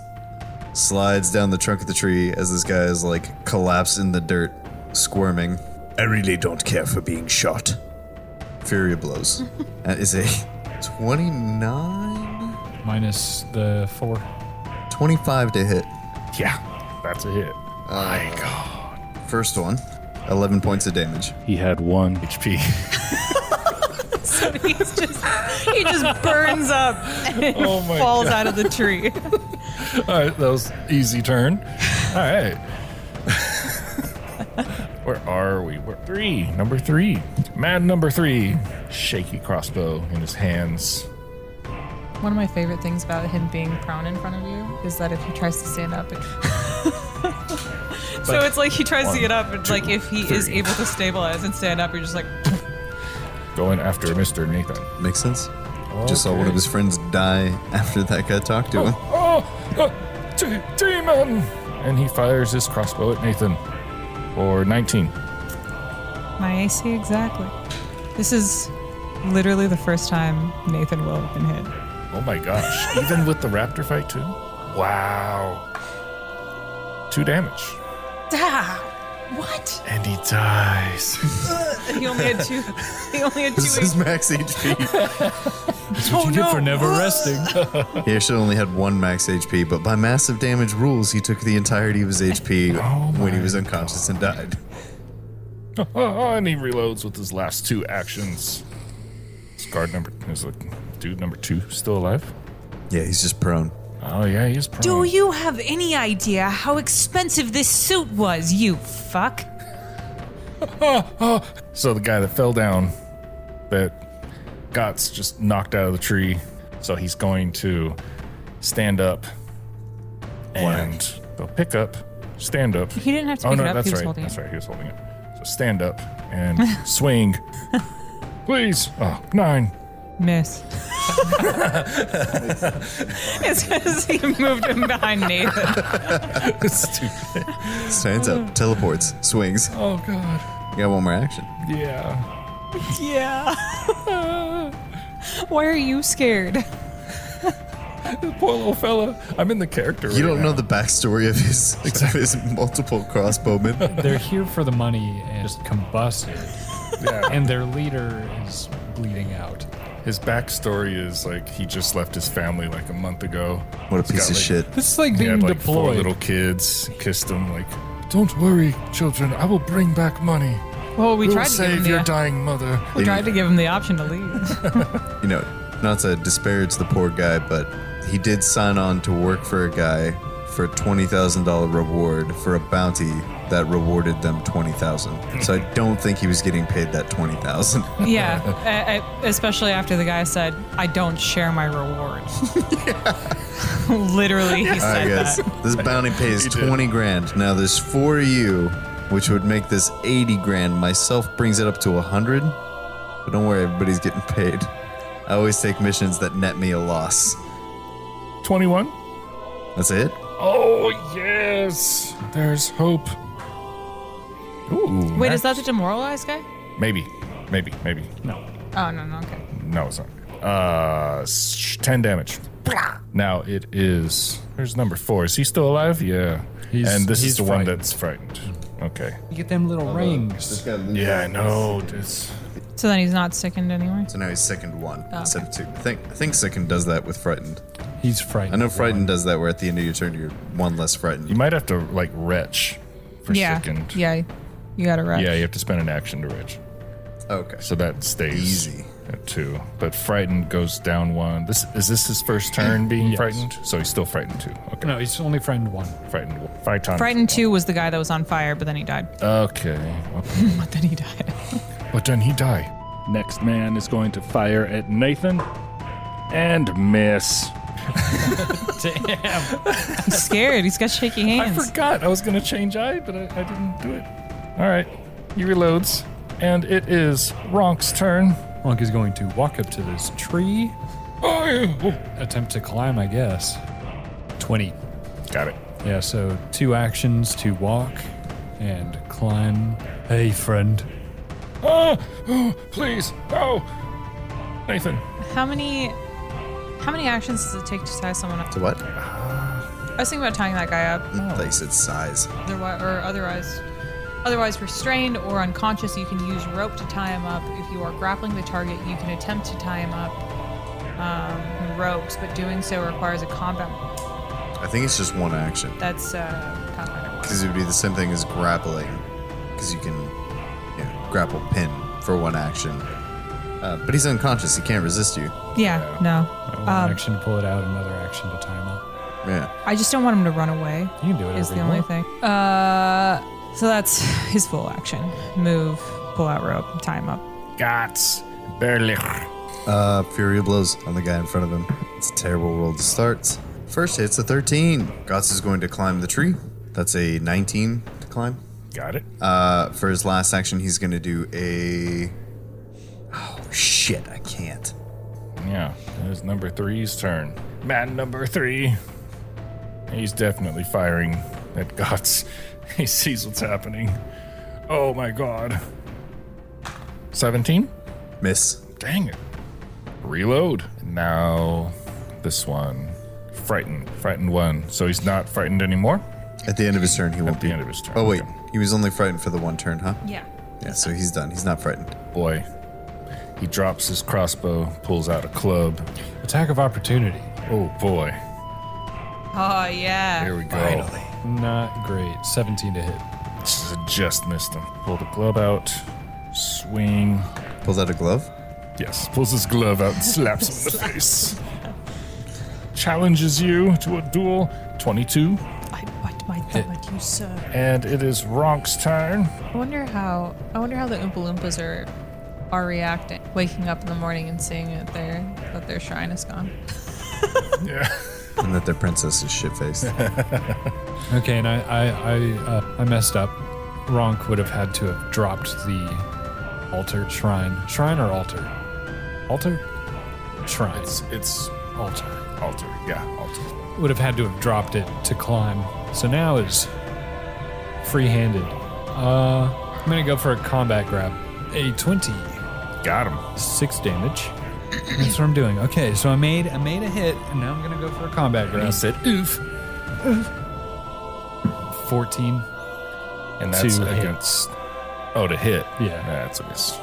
[SPEAKER 4] slides down the trunk of the tree as this guy is like collapsed in the dirt, squirming.
[SPEAKER 6] I really don't care for being shot.
[SPEAKER 4] Fury blows. That is a 29?
[SPEAKER 5] Minus the four.
[SPEAKER 4] 25 to hit.
[SPEAKER 2] Yeah, that's a hit.
[SPEAKER 4] Ah.
[SPEAKER 2] My God.
[SPEAKER 4] First one, 11 points of damage.
[SPEAKER 2] He had one HP.
[SPEAKER 3] He's just, he just burns up and
[SPEAKER 2] Oh my
[SPEAKER 3] falls out of the tree.
[SPEAKER 2] All right, that was easy turn. All right. Where are we? We're three. Number three. Mad number three. Shaky crossbow in his hands.
[SPEAKER 7] One of my favorite things about him being prone in front of you is that if he tries to stand up, it
[SPEAKER 3] So it's like he tries to get up, and like if he is
[SPEAKER 2] three.
[SPEAKER 3] able to stabilize and stand up, you're just like,
[SPEAKER 2] Going after Mr. Nathan.
[SPEAKER 4] Makes sense. Just saw one of his friends die after that guy talked to him.
[SPEAKER 2] Oh, uh, d- demon! And he fires his crossbow at Nathan. Or 19.
[SPEAKER 3] my AC exactly. This is literally the first time Nathan will have been hit.
[SPEAKER 2] Oh my gosh. Even with the raptor fight, too? Wow. Two damage.
[SPEAKER 7] what?
[SPEAKER 2] And he dies.
[SPEAKER 3] He only had two. He only had two.
[SPEAKER 4] This is max HP.
[SPEAKER 5] oh, you get for never resting.
[SPEAKER 4] he actually only had one max HP, but by massive damage rules, he took the entirety of his HP when he was unconscious and died.
[SPEAKER 2] Oh, and he reloads with his last two actions. Is guard number is like dude number two still alive?
[SPEAKER 4] Yeah, he's just prone.
[SPEAKER 2] Oh yeah, he is prone.
[SPEAKER 3] Do you have any idea how expensive this suit was, you fuck?
[SPEAKER 2] So the guy that fell down, that Got's just knocked out of the tree. So he's going to stand up and they'll pick up, stand up.
[SPEAKER 7] He didn't have to
[SPEAKER 2] oh
[SPEAKER 7] pick
[SPEAKER 2] no,
[SPEAKER 7] it up.
[SPEAKER 2] that's
[SPEAKER 7] he was
[SPEAKER 2] right.
[SPEAKER 7] holding
[SPEAKER 2] That's
[SPEAKER 7] it.
[SPEAKER 2] right. He was holding it. So stand up and swing. Please. Oh, nine.
[SPEAKER 3] Miss. it's because he moved him behind Nathan.
[SPEAKER 2] Stupid.
[SPEAKER 4] Stands up, teleports, swings.
[SPEAKER 2] Oh god.
[SPEAKER 4] You got one more action.
[SPEAKER 2] Yeah.
[SPEAKER 3] Yeah. Why are you scared?
[SPEAKER 2] Poor little fella. I'm in the character.
[SPEAKER 4] You don't know the backstory of his, of his multiple crossbowmen.
[SPEAKER 5] They're here for the money and just combusted,
[SPEAKER 2] Yeah.
[SPEAKER 5] and their leader is bleeding out.
[SPEAKER 2] His backstory is like he just left his family like a month ago.
[SPEAKER 4] What a
[SPEAKER 2] He's
[SPEAKER 4] piece
[SPEAKER 2] got,
[SPEAKER 4] of
[SPEAKER 2] like,
[SPEAKER 4] shit.
[SPEAKER 5] This is like
[SPEAKER 2] He
[SPEAKER 5] being
[SPEAKER 2] had like four
[SPEAKER 5] deployed.
[SPEAKER 2] little kids, kissed them like, "Don't worry, children. I will bring back money.
[SPEAKER 3] Well, we
[SPEAKER 2] We'll
[SPEAKER 3] tried to give him
[SPEAKER 2] save
[SPEAKER 3] the
[SPEAKER 2] your dying mother."
[SPEAKER 3] we tried to give him the option to leave.
[SPEAKER 4] you know, not to disparage the poor guy, but he did sign on to work for a guy for a twenty thousand dollar reward for a bounty that rewarded them twenty thousand. So I don't think he was getting paid that twenty thousand.
[SPEAKER 3] yeah, I, I, especially after the guy said, "I don't share my reward." Literally, he
[SPEAKER 4] All right,
[SPEAKER 3] said
[SPEAKER 4] guys,
[SPEAKER 3] that.
[SPEAKER 4] this bounty pays twenty grand. Now there's four of you, which would make this eighty grand. Myself brings it up to a hundred, but don't worry, everybody's getting paid. I always take missions that net me a loss.
[SPEAKER 2] Twenty-one.
[SPEAKER 4] That's it.
[SPEAKER 2] Oh yes, there's hope. Ooh.
[SPEAKER 7] Wait, is that the demoralized guy?
[SPEAKER 2] maybe, maybe, maybe?
[SPEAKER 5] No,
[SPEAKER 7] Oh no, no, okay.
[SPEAKER 2] No, it's not. Uh, sh- ten damage. Now it is. Where's number four? Is he still alive? Yeah.
[SPEAKER 5] He's-
[SPEAKER 2] and this is
[SPEAKER 5] he's
[SPEAKER 2] the one
[SPEAKER 5] frightened.
[SPEAKER 2] that's frightened. Okay.
[SPEAKER 5] you get them
[SPEAKER 2] Uh,
[SPEAKER 5] little rings.
[SPEAKER 2] Yeah, I know. It's
[SPEAKER 7] So then he's not sickened anyway.
[SPEAKER 4] So now he's second one
[SPEAKER 2] Oh,
[SPEAKER 4] instead of two. I think I think second does that with frightened.
[SPEAKER 5] He's
[SPEAKER 4] I
[SPEAKER 5] frightened.
[SPEAKER 4] know frightened does that where at the end of your turn you're one less
[SPEAKER 2] You
[SPEAKER 4] frightened.
[SPEAKER 2] might have to like retch for
[SPEAKER 7] Yeah.
[SPEAKER 2] second.
[SPEAKER 7] Yeah, you got it right.
[SPEAKER 2] Yeah, you have to spend an action to retch.
[SPEAKER 4] Okay.
[SPEAKER 2] So that stays
[SPEAKER 4] Easy.
[SPEAKER 2] at two. But frightened goes down one. This is this his first turn being frightened? So he's still frightened two. Okay.
[SPEAKER 5] No, he's only frightened one.
[SPEAKER 2] Frightened five times.
[SPEAKER 3] Frightened two was the guy that was on fire, but then he died.
[SPEAKER 2] Okay. okay.
[SPEAKER 3] But then he died.
[SPEAKER 2] but then he die.
[SPEAKER 1] Next man is going to fire at Nathan and miss.
[SPEAKER 5] Damn.
[SPEAKER 3] He's scared. He's got shaky hands.
[SPEAKER 2] I forgot I was gonna change eye, but I, I didn't do it. Alright. He reloads. And it is Ronk's turn.
[SPEAKER 5] Monk is going to walk up to this tree,
[SPEAKER 2] Oh,
[SPEAKER 5] attempt to climb, I guess. 20.
[SPEAKER 2] Got it.
[SPEAKER 5] Yeah, so two actions to walk and climb. Hey, friend.
[SPEAKER 2] Oh, oh please. Oh. Nathan.
[SPEAKER 7] How many? How many actions does it take to tie someone up?
[SPEAKER 4] To what?
[SPEAKER 7] I was thinking about tying that guy up.
[SPEAKER 4] I thought you said size.
[SPEAKER 7] Otherwise, or otherwise, otherwise restrained or unconscious, you can use rope to tie him up. If you are grappling the target, you can attempt to tie him up um, with ropes, but doing so requires a combat.
[SPEAKER 4] I think it's just one action.
[SPEAKER 7] That's uh, combat. one.
[SPEAKER 4] Because it would be the same thing as grappling. Because you can you know, grapple pin for one action. Uh, but he's unconscious. He can't resist you.
[SPEAKER 3] Yeah, no.
[SPEAKER 5] One action to pull it out, another action to time up.
[SPEAKER 4] Yeah.
[SPEAKER 3] I just don't want him to run away.
[SPEAKER 5] You can do it.
[SPEAKER 3] Is the only thing. Uh, so that's his full action: move, pull out rope, tie him up.
[SPEAKER 2] Gots. Berlich.
[SPEAKER 4] Uh, Fury of blows on the guy in front of him. It's a terrible roll to start. First hit's a 13. Gotz is going to climb the tree. That's a 19 to climb.
[SPEAKER 2] Got it.
[SPEAKER 4] Uh, for his last action, he's going to do a. Oh, shit. I can't.
[SPEAKER 2] Yeah, it is number three's turn. Man number three. He's definitely firing at Guts. He sees what's happening. Oh my god. 17?
[SPEAKER 4] Miss.
[SPEAKER 2] Dang it. Reload. Now, this one. Frightened. Frightened one. So he's not frightened anymore?
[SPEAKER 4] At the end of his turn, he won't
[SPEAKER 2] At
[SPEAKER 4] be.
[SPEAKER 2] the end of his turn.
[SPEAKER 4] Oh, wait.
[SPEAKER 2] Okay.
[SPEAKER 4] He was only frightened for the one turn, huh?
[SPEAKER 7] Yeah.
[SPEAKER 4] Yeah, so he's done. He's not frightened.
[SPEAKER 2] Boy. He drops his crossbow, pulls out a club.
[SPEAKER 5] Attack of opportunity.
[SPEAKER 2] Oh boy.
[SPEAKER 3] Oh yeah.
[SPEAKER 2] Here we go.
[SPEAKER 5] Not great. 17 to hit.
[SPEAKER 2] Just missed him. Pull the glove out. Swing.
[SPEAKER 4] Pulls out a glove.
[SPEAKER 2] Yes. Pulls his glove out and slaps him in the face. challenges you to a duel. 22.
[SPEAKER 7] I bite my thumb at you, sir.
[SPEAKER 2] And it is Ronk's turn.
[SPEAKER 7] I wonder how I wonder how the Oompa Loompas are are reacting. Waking up in the morning and seeing that their that their shrine is gone.
[SPEAKER 4] and that their princess is shit faced.
[SPEAKER 5] Okay, and I I I, uh, I messed up. Ronk would have had to have dropped the altar shrine, shrine or altar, altar, shrine,
[SPEAKER 2] It's, it's
[SPEAKER 5] altar.
[SPEAKER 2] Alter. Yeah, Alter.
[SPEAKER 5] Would have had to have dropped it to climb. So now is free-handed. Uh, I'm gonna go for a combat grab. A twenty,
[SPEAKER 2] Got him.
[SPEAKER 5] six damage. That's what I'm doing. Okay, so I made I made a hit, and now I'm gonna go for a combat grab.
[SPEAKER 2] said, oof.
[SPEAKER 5] Fourteen.
[SPEAKER 2] And that's
[SPEAKER 5] To hit.
[SPEAKER 2] against. Oh, to hit.
[SPEAKER 5] Yeah.
[SPEAKER 2] That's a miss.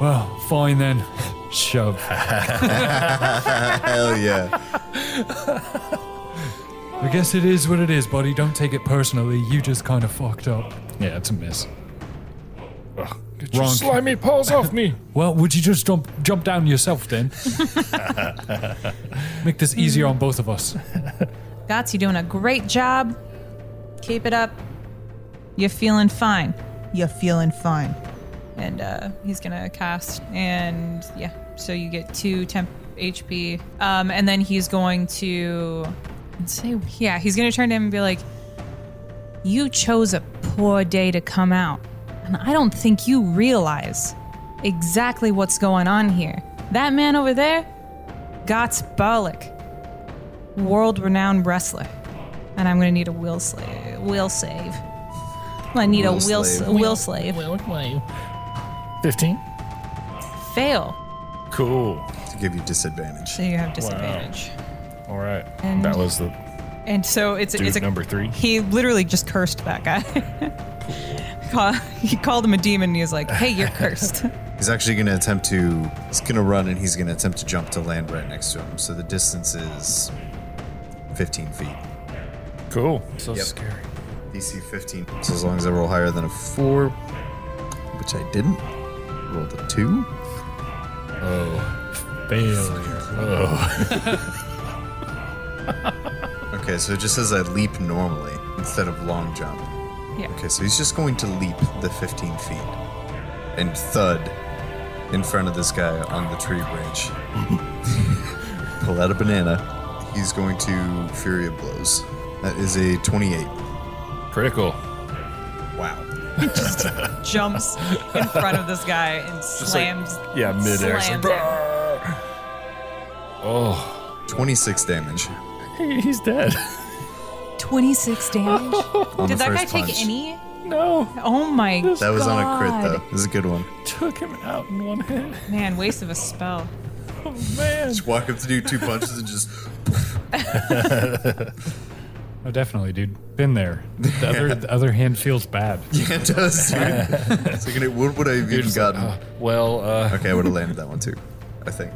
[SPEAKER 5] Well, fine then. Shove.
[SPEAKER 4] Hell yeah.
[SPEAKER 5] I guess it is what it is, buddy. Don't take it personally. You just kind of fucked up. Yeah, it's a miss.
[SPEAKER 2] Ugh, get your
[SPEAKER 5] Ronk.
[SPEAKER 2] slimy paws off me.
[SPEAKER 5] Well, would you just jump jump down yourself then? Make this easier on both of us.
[SPEAKER 7] Gots, you doing a great job. Keep it up.
[SPEAKER 3] You're feeling fine. You're feeling fine.
[SPEAKER 7] And uh, he's gonna cast, and yeah, so you get two temp HP. Um, and then he's going to let's say, yeah, he's gonna turn to him and be like,
[SPEAKER 3] You chose a poor day to come out, and I don't think you realize exactly what's going on here. That man over there, Gotz Barlick, world renowned wrestler. And I'm gonna need a will slave. Will save. I need a
[SPEAKER 4] Will
[SPEAKER 3] will, s-
[SPEAKER 4] slave.
[SPEAKER 3] will slave.
[SPEAKER 2] Well, 15.
[SPEAKER 3] Fail.
[SPEAKER 2] Cool.
[SPEAKER 4] To give you disadvantage.
[SPEAKER 7] so you have disadvantage.
[SPEAKER 2] All right.
[SPEAKER 7] And-
[SPEAKER 2] that was the
[SPEAKER 7] And so it's
[SPEAKER 2] dude
[SPEAKER 7] it's a
[SPEAKER 2] number three.
[SPEAKER 7] He literally just cursed that guy. Call- he called him a demon and he was like, hey, you're cursed.
[SPEAKER 4] He's actually going to attempt to. He's going to run and he's going to attempt to jump to land right next to him. So the distance is 15 feet.
[SPEAKER 2] Cool. So
[SPEAKER 4] Yep.
[SPEAKER 2] scary.
[SPEAKER 4] DC 15. So as long as I roll higher than a 4, which I didn't, rolled a 2.
[SPEAKER 5] Failure.
[SPEAKER 4] Okay, so it just says I leap normally instead of long jump.
[SPEAKER 7] Yeah.
[SPEAKER 4] Okay, so he's just going to leap the 15 feet and thud in front of this guy on the tree branch. Pull out a banana. He's going to Fury of Blows. That is a 28.
[SPEAKER 2] Critical.
[SPEAKER 4] Wow.
[SPEAKER 7] Jumps in front of this guy and slams.
[SPEAKER 2] Yeah, mid air.
[SPEAKER 7] slams him.
[SPEAKER 2] Oh,
[SPEAKER 4] 26 damage.
[SPEAKER 2] he- he's dead.
[SPEAKER 3] 26 damage.
[SPEAKER 4] on the
[SPEAKER 7] Did that guy
[SPEAKER 4] first
[SPEAKER 7] take
[SPEAKER 4] punch.
[SPEAKER 7] any?
[SPEAKER 2] No,
[SPEAKER 7] Oh my
[SPEAKER 4] That was on a crit, though. This is a good one.
[SPEAKER 2] took him out in one hit.
[SPEAKER 7] man, waste of a spell.
[SPEAKER 2] Man.
[SPEAKER 4] Just walk up to do two punches and just.
[SPEAKER 5] Oh, definitely, dude. Been there. The other the other hand feels bad.
[SPEAKER 4] Yeah, it does, dude. It's like, what would I have even gotten?
[SPEAKER 2] Well, uh,
[SPEAKER 4] Okay, I would have landed that one, too. I think.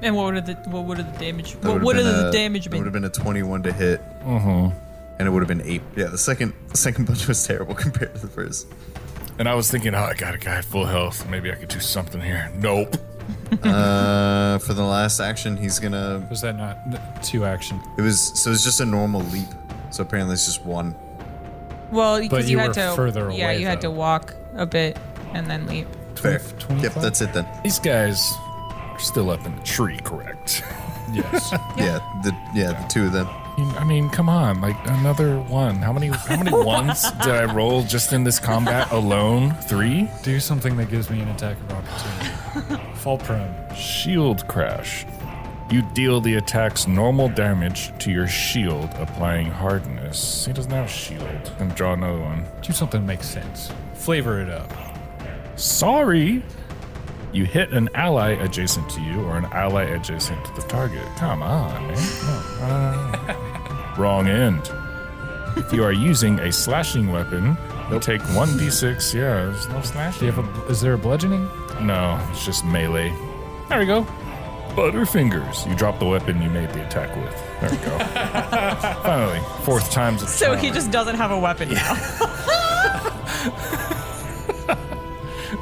[SPEAKER 7] And what would the what would the damage?
[SPEAKER 4] That
[SPEAKER 7] What
[SPEAKER 4] would've
[SPEAKER 7] would
[SPEAKER 4] been
[SPEAKER 7] the
[SPEAKER 4] a-
[SPEAKER 7] damage
[SPEAKER 4] It would have
[SPEAKER 7] been?
[SPEAKER 4] been a 21 to hit, and it would have been eight. Yeah, the second the second punch was terrible compared to the first.
[SPEAKER 2] and I was thinking, oh, I got a guy at full health. Maybe I could do something here. Nope.
[SPEAKER 4] uh, for the last action, he's gonna.
[SPEAKER 5] Was that not th- two action?
[SPEAKER 4] It was so it's just a normal leap. So apparently it's just one.
[SPEAKER 7] Well, because
[SPEAKER 5] you
[SPEAKER 7] you, had
[SPEAKER 5] were
[SPEAKER 7] to
[SPEAKER 5] further
[SPEAKER 7] yeah,
[SPEAKER 5] away,
[SPEAKER 7] you had to
[SPEAKER 5] though.
[SPEAKER 7] walk a bit and then leap.
[SPEAKER 4] Fair.
[SPEAKER 5] Twenty-
[SPEAKER 4] Yep, that's it then.
[SPEAKER 2] These guys are still up in the tree, correct?
[SPEAKER 5] Yes.
[SPEAKER 4] Yeah, the yeah the two of them.
[SPEAKER 2] I mean, come on, like another one. How many how many ones did I roll just in this combat alone? Three?
[SPEAKER 5] Do something that gives me an attack of opportunity. Fall prone.
[SPEAKER 2] Shield crash. You deal the attack's normal damage to your shield, applying hardness. He doesn't have a shield. And draw another one.
[SPEAKER 5] Do something that makes sense. Flavor it up.
[SPEAKER 2] Sorry. You hit an ally adjacent to you or an ally adjacent to the target. Come on, man. No, uh, wrong end. If you are using a slashing weapon, you take 1d6. Yeah, there's no
[SPEAKER 5] Do
[SPEAKER 2] slashing.
[SPEAKER 5] you have a? Is there a bludgeoning?
[SPEAKER 2] No, it's just melee. There we go. Butterfingers. You drop the weapon you made the attack with. There we go. Finally, fourth time's a
[SPEAKER 7] So he
[SPEAKER 2] charm.
[SPEAKER 7] just doesn't have a weapon now.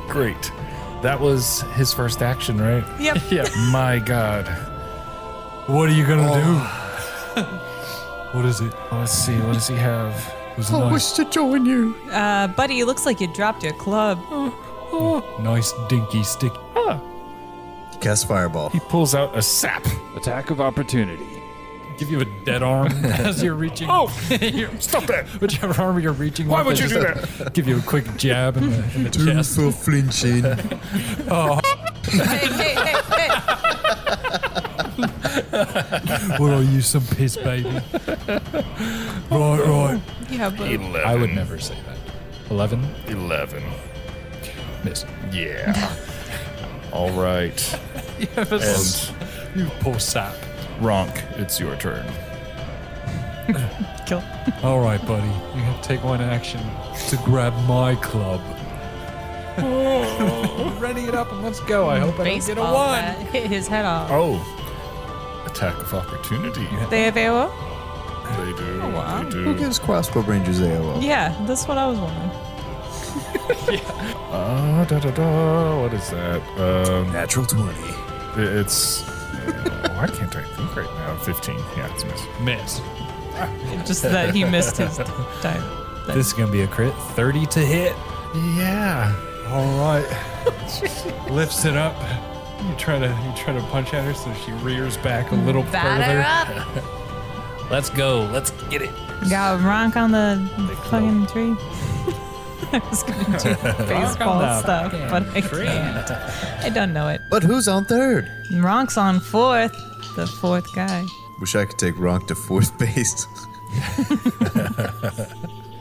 [SPEAKER 2] great. That was his first action, right?
[SPEAKER 7] Yep.
[SPEAKER 2] Yeah. My God.
[SPEAKER 5] What are you gonna do? Oh. what is it?
[SPEAKER 2] Let's see. What does he have?
[SPEAKER 5] It was a nice,
[SPEAKER 6] to join you.
[SPEAKER 3] Uh, buddy, it looks like you dropped your club.
[SPEAKER 5] nice dinky stick.
[SPEAKER 4] Cast fireball.
[SPEAKER 2] He pulls out a sap.
[SPEAKER 8] Attack of opportunity.
[SPEAKER 5] Give you a dead arm as you're reaching. Oh,
[SPEAKER 2] Stop that!
[SPEAKER 5] whichever arm you're reaching.
[SPEAKER 2] Why
[SPEAKER 5] with,
[SPEAKER 2] would
[SPEAKER 5] they
[SPEAKER 2] you do
[SPEAKER 5] just Give you a quick jab in the, in the chest.
[SPEAKER 4] For flinching.
[SPEAKER 7] Hey, hey, hey, hey.
[SPEAKER 5] What are you, some piss baby? right, right.
[SPEAKER 7] Yeah, but
[SPEAKER 2] Eleven.
[SPEAKER 5] I would never say that. Eleven.
[SPEAKER 2] Eleven.
[SPEAKER 5] Miss.
[SPEAKER 2] Yeah. All right. And
[SPEAKER 5] You poor sap.
[SPEAKER 2] Ronk, it's your turn.
[SPEAKER 3] Kill.
[SPEAKER 5] All right, buddy. You have to take one action to grab my club. Ready it up and let's go. I hope I don't get a
[SPEAKER 3] Baseball
[SPEAKER 5] one.
[SPEAKER 3] bat. Hit his head off.
[SPEAKER 2] Oh. Attack of opportunity.
[SPEAKER 3] They have AOO?
[SPEAKER 2] They do. They
[SPEAKER 3] wow.
[SPEAKER 4] Who
[SPEAKER 2] do.
[SPEAKER 4] gives crossbow rangers AOL?
[SPEAKER 3] Yeah, that's what I was wondering.
[SPEAKER 2] Ah, da da da. What is that? Um,
[SPEAKER 6] Natural 20.
[SPEAKER 2] it's. why can't I think right now? 15. Yeah, it's missed.
[SPEAKER 5] Miss.
[SPEAKER 3] Just that he missed his time.
[SPEAKER 5] This is gonna be a crit. Thirty to hit.
[SPEAKER 2] Yeah.
[SPEAKER 5] All right. Lifts it up. You try to you try to punch at her, so she rears back a little further.
[SPEAKER 7] up.
[SPEAKER 5] Let's go. Let's get it.
[SPEAKER 3] Got Ronk on the fucking tree. I was gonna do baseball
[SPEAKER 5] the
[SPEAKER 3] stuff,
[SPEAKER 5] fucking
[SPEAKER 3] but I can't. I don't know it.
[SPEAKER 4] But who's on third?
[SPEAKER 3] Ronk's on fourth, the fourth guy.
[SPEAKER 4] Wish I could take Ronk to fourth base.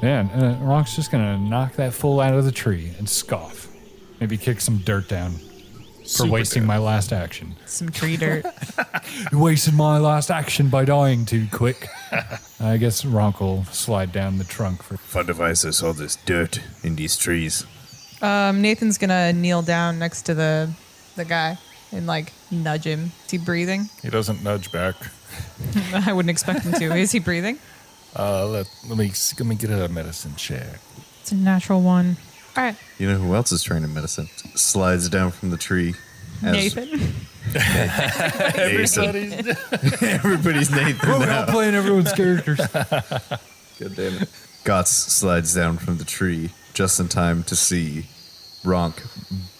[SPEAKER 5] Man, uh, Ronk's just gonna knock that fool out of the tree and scoff. Maybe kick some dirt down for wasting my last action.
[SPEAKER 3] Some tree dirt.
[SPEAKER 5] You wasted my last action by dying too quick. I guess Ronk will slide down the trunk for.
[SPEAKER 6] Fun I saw this dirt in these trees.
[SPEAKER 7] Um, Nathan's gonna kneel down next to the the guy and like nudge him. Is he breathing?
[SPEAKER 2] He doesn't nudge back.
[SPEAKER 7] I wouldn't expect him to. Is he breathing?
[SPEAKER 2] Uh, let, let me let me get a medicine check.
[SPEAKER 7] It's a natural one. All right,
[SPEAKER 4] You know who else is trained in medicine? Slides down from the tree. as-
[SPEAKER 7] Nathan.
[SPEAKER 4] Nathan. Everybody's Nathan
[SPEAKER 5] We're
[SPEAKER 4] now.
[SPEAKER 5] all playing everyone's characters.
[SPEAKER 4] God damn it. Gots slides down from the tree just in time to see Ronk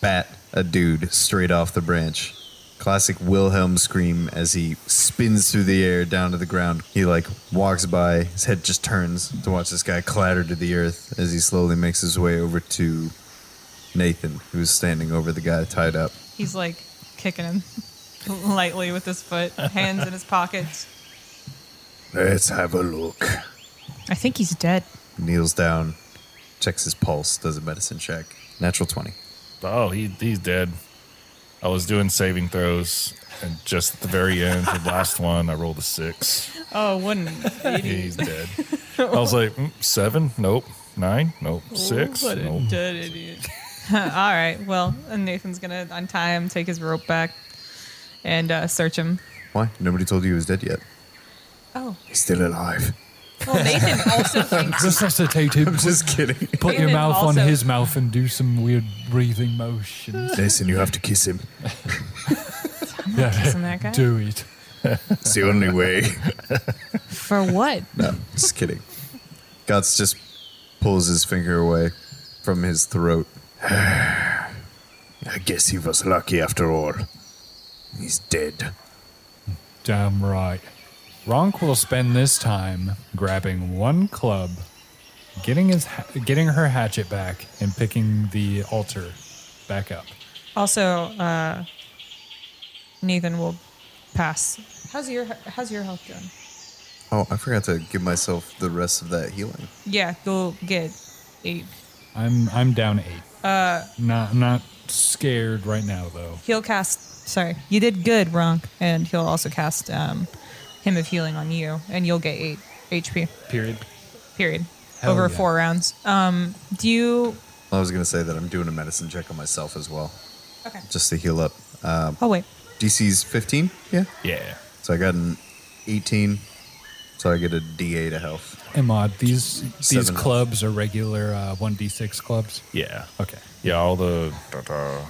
[SPEAKER 4] bat a dude straight off the branch. Classic Wilhelm scream as he spins through the air down to the ground. He like walks by, his head just turns to watch this guy clatter to the earth as he slowly makes his way over to Nathan, who's standing over the guy tied up.
[SPEAKER 7] He's like kicking him lightly with his foot, hands in his pockets.
[SPEAKER 6] Let's have a look.
[SPEAKER 7] I think he's dead.
[SPEAKER 4] Kneels down, checks his pulse, does a medicine check. Natural 20.
[SPEAKER 2] Oh, he he's dead. I was doing saving throws, and just at the very end, the last one, I rolled a six.
[SPEAKER 7] Oh, wouldn't.
[SPEAKER 2] He's dead. I was like mm, seven, nope. Nine, nope. Six,
[SPEAKER 7] What a
[SPEAKER 2] nope.
[SPEAKER 7] dead idiot. All right. Well, and Nathan's gonna untie him, take his rope back, and uh, search him.
[SPEAKER 4] Why? Nobody told you he was dead yet.
[SPEAKER 7] Oh.
[SPEAKER 6] He's still alive.
[SPEAKER 7] Well, Nathan also thinks.
[SPEAKER 5] Resuscitate him.
[SPEAKER 4] Just kidding.
[SPEAKER 5] Put your
[SPEAKER 7] Nathan
[SPEAKER 5] mouth
[SPEAKER 7] also-
[SPEAKER 5] on his mouth and do some weird breathing motions.
[SPEAKER 6] Nathan, you have to kiss him.
[SPEAKER 5] yeah,
[SPEAKER 7] Isn't that guy?
[SPEAKER 5] do it.
[SPEAKER 6] It's the only way.
[SPEAKER 7] For what?
[SPEAKER 4] No, just kidding. Guts just pulls his finger away from his throat.
[SPEAKER 6] I guess he was lucky after all. He's dead.
[SPEAKER 5] Damn right. Ronk will spend this time grabbing one club, getting his ha- getting her hatchet back, and picking the altar back up.
[SPEAKER 7] Also, uh, Nathan will pass. How's your How's your health doing?
[SPEAKER 4] Oh, I forgot to give myself the rest of that healing.
[SPEAKER 7] Yeah, you'll get eight.
[SPEAKER 5] I'm I'm down eight. Uh, not not scared right now though.
[SPEAKER 7] He'll cast. Sorry, you did good, Ronk, and he'll also cast um, him of healing on you, and you'll get eight HP.
[SPEAKER 5] Period.
[SPEAKER 7] Period.
[SPEAKER 5] Hell
[SPEAKER 7] over
[SPEAKER 5] yeah.
[SPEAKER 7] four rounds. Um, do you?
[SPEAKER 4] I was going to say that I'm doing a medicine check on myself as well,
[SPEAKER 7] Okay.
[SPEAKER 4] just to heal up. Uh,
[SPEAKER 7] Oh wait.
[SPEAKER 4] DC's 15? Yeah.
[SPEAKER 2] Yeah.
[SPEAKER 4] So I got an 18, so I get a D8 of health.
[SPEAKER 5] Imad, these these
[SPEAKER 4] Seven.
[SPEAKER 5] clubs are regular uh, one d six clubs.
[SPEAKER 2] Yeah.
[SPEAKER 5] Okay.
[SPEAKER 2] Yeah, all the da, da.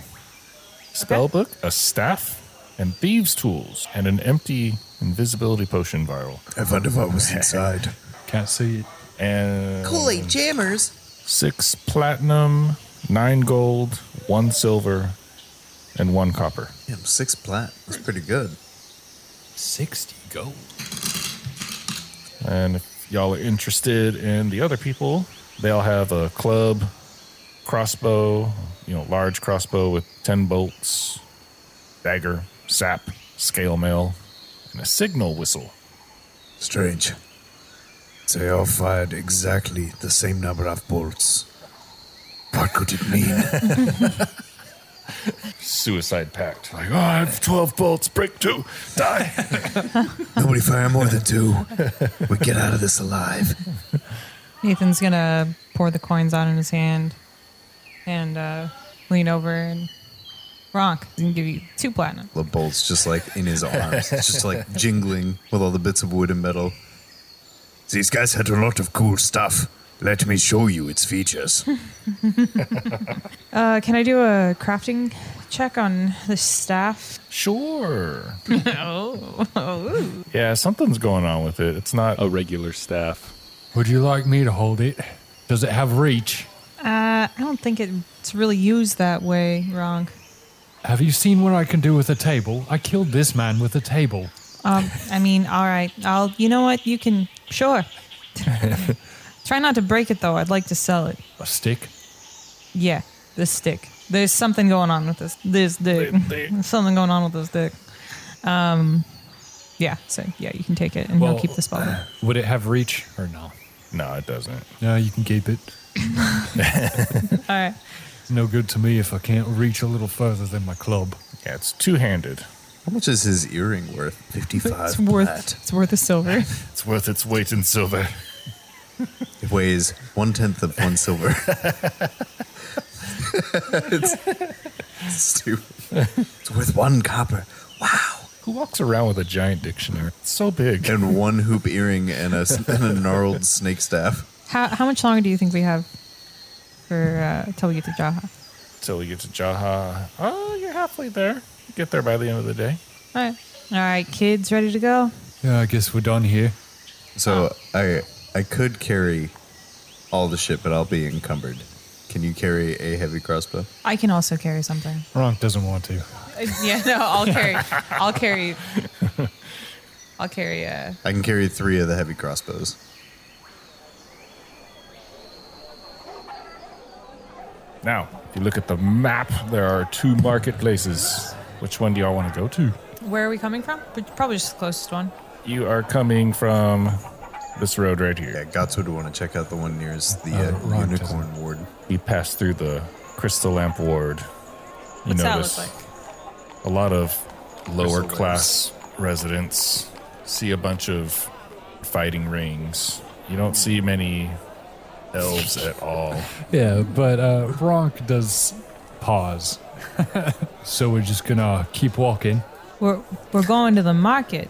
[SPEAKER 2] spell book? A staff? and thieves' tools, and an empty invisibility potion vial.
[SPEAKER 6] I wonder what was inside.
[SPEAKER 5] Can't see it.
[SPEAKER 2] And
[SPEAKER 9] Holy jammers.
[SPEAKER 2] six platinum, nine gold, one silver, and one copper.
[SPEAKER 4] Damn, six plat. That's pretty good.
[SPEAKER 5] 60 gold.
[SPEAKER 2] And if y'all are interested in the other people, they'll have a club crossbow, you know, large crossbow with 10 bolts, dagger, sap, scale mail, and a signal whistle.
[SPEAKER 6] Strange. They all fired exactly the same number of bolts. What could it mean?
[SPEAKER 2] Suicide pact. Like, oh, I have 12 bolts, break two, die.
[SPEAKER 6] Nobody fire more than two. We get out of this alive.
[SPEAKER 3] Nathan's gonna pour the coins out in his hand and uh, lean over and Ronk, I can give you two platinum.
[SPEAKER 4] The bolt's just like in his arms, It's just like jingling with all the bits of wood and metal.
[SPEAKER 6] These guys had a lot of cool stuff. Let me show you its features.
[SPEAKER 3] Uh, can I do a crafting check on the staff?
[SPEAKER 2] Sure.
[SPEAKER 3] Oh,
[SPEAKER 2] Yeah, something's going on with it. It's not
[SPEAKER 10] A regular staff.
[SPEAKER 5] Would you like me to hold it? Does it have reach?
[SPEAKER 3] uh, I don't think it's really used that way, Ronk.
[SPEAKER 5] Have you seen what I can do with a table? I killed this man with a table.
[SPEAKER 3] Um, I mean, all right. I'll. You know what? You can. Sure. Try not to break it though. I'd like to sell it.
[SPEAKER 5] A stick?
[SPEAKER 3] Yeah, this stick. There's something going on with this. This dick. There's something going on with this dick. Um, yeah. So yeah, you can take it, and
[SPEAKER 5] Well,
[SPEAKER 3] he'll keep the spell. book.
[SPEAKER 5] Would it have reach or no?
[SPEAKER 2] No, it doesn't.
[SPEAKER 5] No, you can keep it.
[SPEAKER 3] All right.
[SPEAKER 5] It's no good to me if I can't reach a little further than my club.
[SPEAKER 2] Yeah, it's two-handed.
[SPEAKER 4] How much is his earring worth?
[SPEAKER 6] 55
[SPEAKER 3] It's worth.
[SPEAKER 6] plat.
[SPEAKER 3] It's worth a silver.
[SPEAKER 2] It's worth its weight in silver.
[SPEAKER 4] It weighs one tenth of one silver. it's stupid.
[SPEAKER 6] It's worth one copper.
[SPEAKER 2] Who walks around with a giant dictionary? It's so big.
[SPEAKER 4] And one hoop earring and a, and a gnarled snake staff.
[SPEAKER 3] how how much longer do you think we have for uh, till we get to Jaha?
[SPEAKER 2] Until we get to Jaha. Oh, you're halfway there. You get there by the end of the day.
[SPEAKER 3] All right. All right, kids, ready to go?
[SPEAKER 5] Yeah, I guess we're done here.
[SPEAKER 4] So I I could carry all the shit, but I'll be encumbered. Can you carry a heavy crossbow?
[SPEAKER 3] I can also carry something.
[SPEAKER 5] Ronk doesn't want to.
[SPEAKER 7] Uh, yeah, no, I'll carry. I'll carry. I'll carry
[SPEAKER 3] uh,
[SPEAKER 7] a.
[SPEAKER 4] I can carry three of the heavy crossbows.
[SPEAKER 2] Now, if you look at the map, there are two marketplaces. Which one do y'all want to go to?
[SPEAKER 7] Where are we coming from? But Probably just the closest one.
[SPEAKER 2] You are coming from this road right
[SPEAKER 4] Yeah,
[SPEAKER 2] here.
[SPEAKER 4] Gots would want to check out the one nearest the
[SPEAKER 5] Uh,
[SPEAKER 4] uh,
[SPEAKER 5] Ron
[SPEAKER 4] unicorn ward.
[SPEAKER 2] You pass through the crystal lamp ward. You
[SPEAKER 7] What's that
[SPEAKER 2] notice
[SPEAKER 7] look like?
[SPEAKER 2] a lot of lower class residents see a bunch of fighting rings. You don't see many elves at all.
[SPEAKER 5] Yeah, but uh, Ronk does pause. so we're just gonna keep walking.
[SPEAKER 3] We're we're going to the market.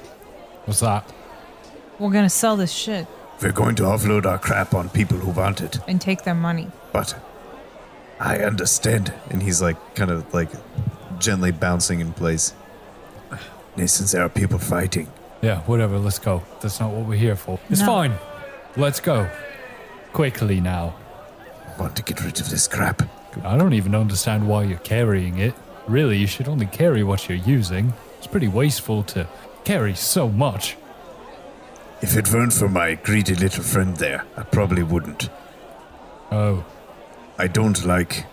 [SPEAKER 5] What's that?
[SPEAKER 3] We're gonna sell this shit
[SPEAKER 6] We're going to offload our crap on people who want it,
[SPEAKER 3] and take their money.
[SPEAKER 6] but I understand.
[SPEAKER 4] And he's like kind of like gently bouncing in place.
[SPEAKER 6] Since there are people fighting,
[SPEAKER 5] Yeah, whatever, let's go. That's not what we're here for. It's
[SPEAKER 3] No.
[SPEAKER 5] fine. Let's go. Quickly now.
[SPEAKER 6] I want to get rid of this crap.
[SPEAKER 5] I don't even understand why you're carrying it. Really, you should only carry what you're using. It's pretty wasteful to carry so much.
[SPEAKER 6] If it weren't for my greedy little friend there, I probably wouldn't.
[SPEAKER 5] Oh,
[SPEAKER 6] I don't like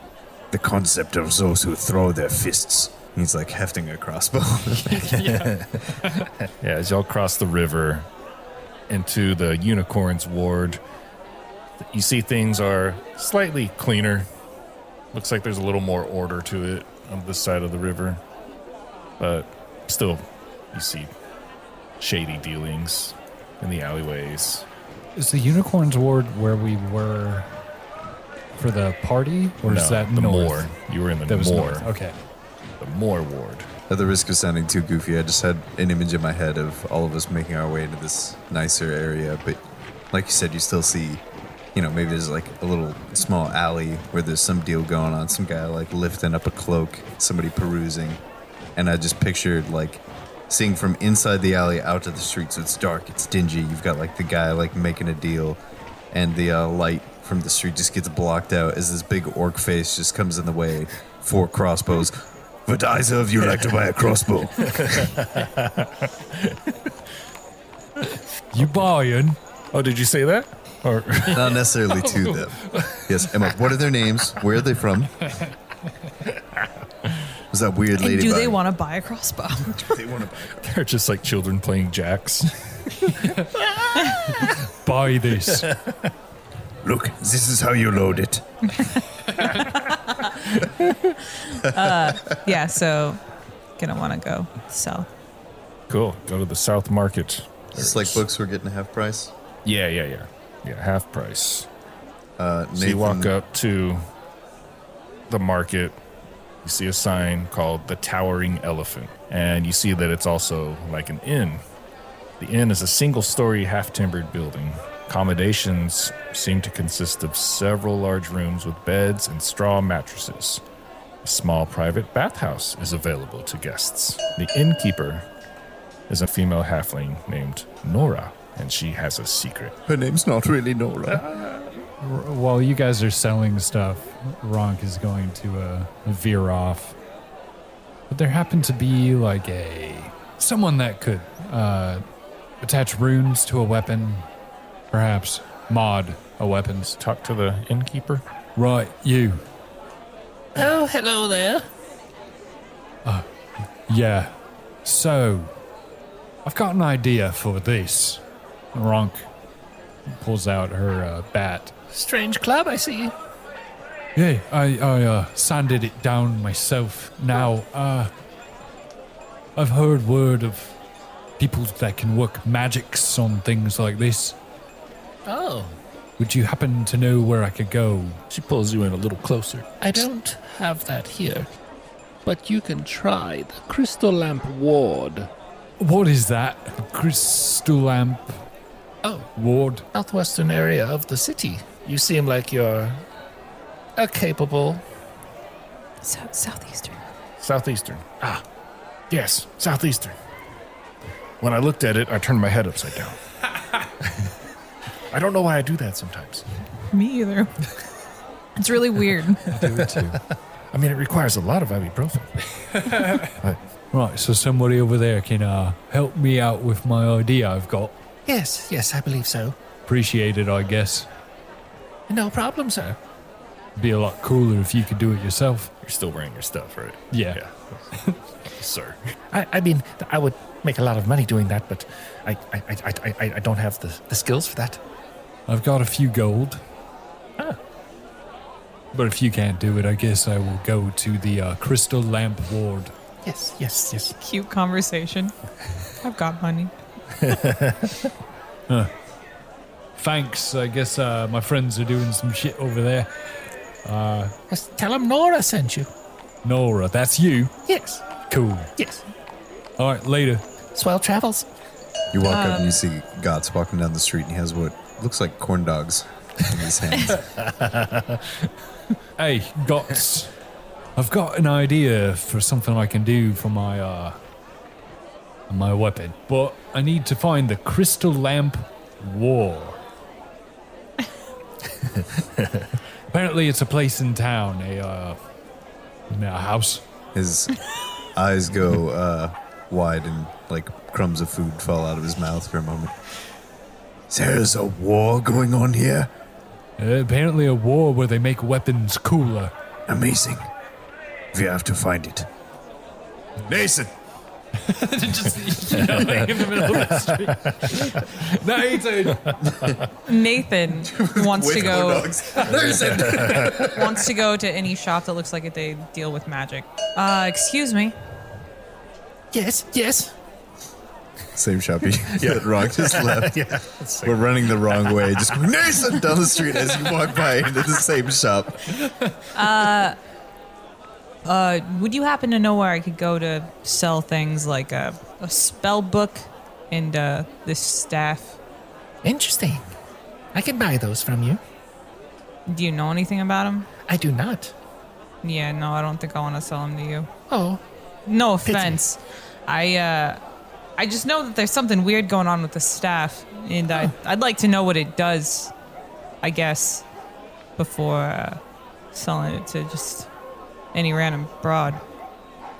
[SPEAKER 6] the concept of those who throw their fists.
[SPEAKER 4] He's like hefting a crossbow.
[SPEAKER 2] Yeah, as y'all cross the river into the unicorns ward, you see things are slightly cleaner. Looks like there's a little more order to it on this side of the river. But still, you see shady dealings in the alleyways.
[SPEAKER 5] is the unicorns ward where we were for the party, or
[SPEAKER 2] No,
[SPEAKER 5] is that
[SPEAKER 2] the
[SPEAKER 5] north?
[SPEAKER 2] moor? You were in the
[SPEAKER 5] That was
[SPEAKER 2] moor.
[SPEAKER 5] north. Okay.
[SPEAKER 2] The moor ward.
[SPEAKER 4] At the risk of sounding too goofy, I just had an image in my head of all of us making our way into this nicer area. But like you said, you still see, you know, maybe there's like a little small alley where there's some deal going on, some guy like lifting up a cloak, somebody perusing. and I just pictured like seeing from inside the alley out to the street. So it's dark, it's dingy. You've got like the guy like making a deal, and the uh, light from the street just gets blocked out as this big orc face just comes in the way. Four crossbows.
[SPEAKER 6] But I serve you like to buy a crossbow.
[SPEAKER 5] You buying?
[SPEAKER 2] Oh, did you say that? Or
[SPEAKER 4] Not necessarily to them. Yes, Emma. What are their names? Where are they from? Was that weird lady?
[SPEAKER 3] And do they want to buy a crossbow?
[SPEAKER 2] they're just like children playing jacks.
[SPEAKER 5] Buy this.
[SPEAKER 6] Look, this is how you load it.
[SPEAKER 3] yeah, so gonna want to go south.
[SPEAKER 2] Cool. Go to the South Market.
[SPEAKER 4] Just like books we're getting half price.
[SPEAKER 2] Yeah, yeah, yeah. Yeah, half price.
[SPEAKER 4] Uh,
[SPEAKER 2] So you walk up to the market. You see a sign called the Towering Elephant, and you see that it's also like an inn. The inn is a single story, half timbered building. Accommodations seem to consist of several large rooms with beds and straw mattresses. A small private bathhouse is available to guests. The innkeeper is a female halfling named Nora, and she has a secret.
[SPEAKER 4] Her name's not really Nora.
[SPEAKER 5] While you guys are selling stuff, Ronk is going to uh, veer off. But there happened to be like a someone that could uh, attach runes to a weapon, perhaps mod a weapons.
[SPEAKER 2] Talk to the innkeeper.
[SPEAKER 5] Right, you.
[SPEAKER 9] Oh, hello there.
[SPEAKER 5] Uh, Yeah. So, I've got an idea for this. Ronk pulls out her uh, bat.
[SPEAKER 9] Strange club, I see.
[SPEAKER 5] Yeah, I, I uh, sanded it down myself. Now, uh, I've heard word of people that can work magics on things like this.
[SPEAKER 9] Oh,
[SPEAKER 5] Would you happen to know where I could go?
[SPEAKER 2] She pulls you in a little closer.
[SPEAKER 9] I don't have that here. But you can try the crystal lamp ward.
[SPEAKER 5] What is that? Crystal lamp
[SPEAKER 9] Oh,
[SPEAKER 5] ward?
[SPEAKER 9] southwestern area of the city. You seem like you're a capable.
[SPEAKER 3] So, southeastern.
[SPEAKER 2] Southeastern. Ah, yes, southeastern. When I looked at it, I turned my head upside down. I don't know why I do that sometimes.
[SPEAKER 3] Me either. It's really weird.
[SPEAKER 2] I mean, it requires a lot of ibuprofen.
[SPEAKER 5] Right, so somebody over there can uh, help me out with my idea I've got.
[SPEAKER 9] Yes, yes, I believe so.
[SPEAKER 5] Appreciate it, I guess.
[SPEAKER 9] No problem, sir.
[SPEAKER 5] Be a lot cooler if you could do it yourself.
[SPEAKER 2] You're still wearing your stuff, right?
[SPEAKER 5] Yeah.
[SPEAKER 2] Sir.
[SPEAKER 9] I, I mean, I would make a lot of money doing that, but I, I, I, I, I- I don't have the, the skills for that.
[SPEAKER 5] I've got a few gold. But if you can't do it, I guess I will go to the uh, crystal lamp ward.
[SPEAKER 9] Yes, yes, yes.
[SPEAKER 3] Cute conversation. I've got money.
[SPEAKER 5] Thanks. I guess uh, my friends are doing some shit over there.
[SPEAKER 9] yes. Tell him Nora sent you.
[SPEAKER 5] Nora, that's you.
[SPEAKER 9] Yes,
[SPEAKER 5] Cool.
[SPEAKER 9] yes.
[SPEAKER 5] All right, later.
[SPEAKER 9] Swell travels.
[SPEAKER 4] You walk up and you see Gots walking down the street and he has what looks like corn dogs in his hands.
[SPEAKER 5] Hey, Gots. I've got an idea for something I can do for my uh, my weapon, but I need to find the crystal lamp war. Apparently, it's a place in town, a uh, a house.
[SPEAKER 4] His eyes go uh, wide and like crumbs of food fall out of his mouth for a moment.
[SPEAKER 6] There's a war going on here.
[SPEAKER 5] Uh, apparently, a war where they make weapons cooler.
[SPEAKER 6] Amazing. We have to find it. Nathan!
[SPEAKER 5] Nathan,
[SPEAKER 3] Nathan wants to
[SPEAKER 4] With
[SPEAKER 3] go
[SPEAKER 4] corn dogs. There's a-
[SPEAKER 3] wants to go to any shop that looks like it they deal with magic. Uh, excuse me.
[SPEAKER 9] Yes, yes.
[SPEAKER 4] Same shop. Yeah, wrong. Just left. yeah, We're running the wrong way. Just going, Nathan down the street as you walk by into the same shop.
[SPEAKER 3] Uh, would you happen to know where I could go to sell things like a, a spell book and uh, this staff?
[SPEAKER 9] Interesting. I can buy those from you.
[SPEAKER 3] Do you know anything about them?
[SPEAKER 9] I do not.
[SPEAKER 3] Yeah, no, I don't think I want to sell them to you.
[SPEAKER 9] Oh,
[SPEAKER 3] no offense. I uh, I just know that there's something weird going on with the staff, and I, I'd like to know what it does. I guess before uh, selling it to just any random broad.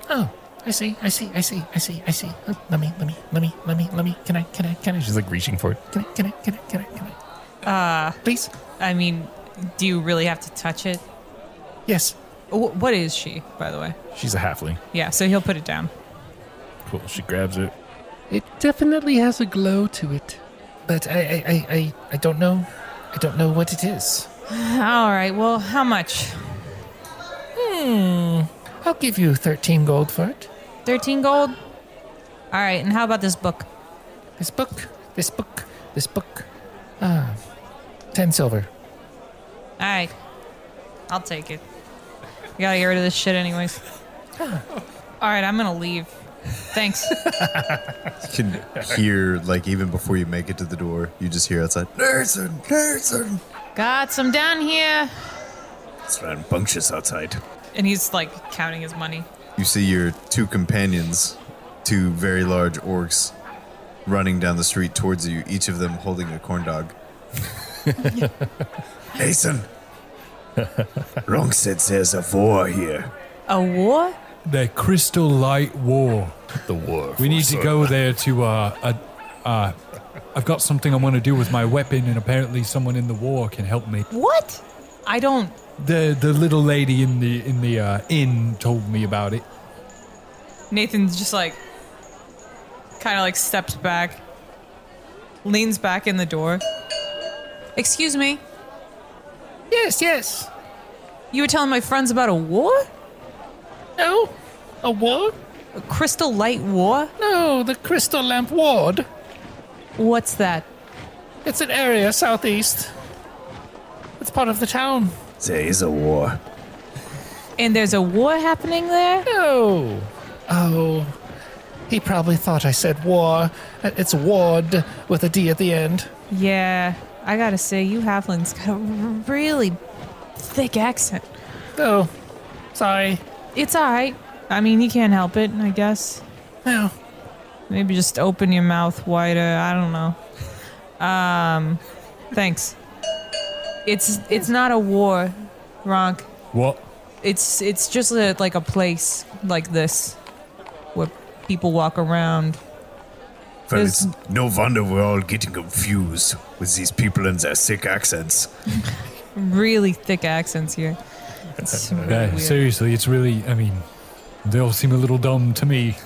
[SPEAKER 9] Oh, I see, I see, I see, I see, I see. Uh, Let me, let me, let me, let me, let me. Can I, can I, can I? She's like reaching for it. Can I, can I, can I, can I, can I? Uh, please.
[SPEAKER 3] I mean, do you really have to touch it?
[SPEAKER 9] Yes.
[SPEAKER 3] Wh- What is she, by the way?
[SPEAKER 2] She's a halfling.
[SPEAKER 3] Yeah, so he'll put it down.
[SPEAKER 2] Cool. She grabs it.
[SPEAKER 9] It definitely has a glow to it, but I, I, I, I, I don't know. I don't know what it is.
[SPEAKER 3] All right. Well, how much?
[SPEAKER 9] Hmm. I'll give you thirteen gold for it.
[SPEAKER 3] Thirteen gold. All right. And how about this book?
[SPEAKER 9] This book. This book. This book. Ah, ten silver.
[SPEAKER 3] All right. I'll take it. I gotta get rid of this shit, anyways. All right. I'm gonna leave. Thanks.
[SPEAKER 4] You can hear, like, even before you make it to the door, you just hear outside, Nelson, Nelson.
[SPEAKER 3] Got some down here.
[SPEAKER 6] It's rambunctious outside.
[SPEAKER 3] And he's like counting his money.
[SPEAKER 4] You see your two companions, two very large orcs, running down the street towards you, each of them holding a corn dog.
[SPEAKER 6] Nathan! Ronk said there's a war here.
[SPEAKER 3] A war?
[SPEAKER 5] The Crystal Light War.
[SPEAKER 2] The war.
[SPEAKER 5] We need to go there to. Uh, uh, uh, I've got something I want to do with my weapon, and apparently someone in the war can help me.
[SPEAKER 3] What? I don't.
[SPEAKER 5] The the little lady in the in the uh, inn told me about it.
[SPEAKER 3] Nathan's just like, kind of like stepped back, leans back in the door. Excuse me.
[SPEAKER 9] Yes, yes.
[SPEAKER 3] You were telling my friends about a war?
[SPEAKER 9] No, a ward.
[SPEAKER 3] A crystal light war?
[SPEAKER 9] No, the Crystal Lamp Ward.
[SPEAKER 3] What's that?
[SPEAKER 9] It's an area southeast. It's part of the town.
[SPEAKER 6] There is a war.
[SPEAKER 3] And there's a war happening there?
[SPEAKER 9] No. Oh. He probably thought I said war. Uh, It's ward with a D at the end.
[SPEAKER 3] Yeah, I gotta say, you halflings got a really thick accent.
[SPEAKER 9] Oh, sorry.
[SPEAKER 3] It's alright. I mean, you can't help it, I guess.
[SPEAKER 9] No.
[SPEAKER 3] Maybe just open your mouth wider. I don't know. Um, thanks. It's it's not a war, Ronk.
[SPEAKER 5] What?
[SPEAKER 3] It's it's just a, like a place like this where people walk around.
[SPEAKER 6] Well,
[SPEAKER 3] There's-
[SPEAKER 6] it's no wonder we're all getting confused with these people and their sick accents.
[SPEAKER 3] Really thick accents here. It's really
[SPEAKER 5] Yeah,
[SPEAKER 3] weird.
[SPEAKER 5] seriously, it's really. I mean, they all seem a little dumb to me.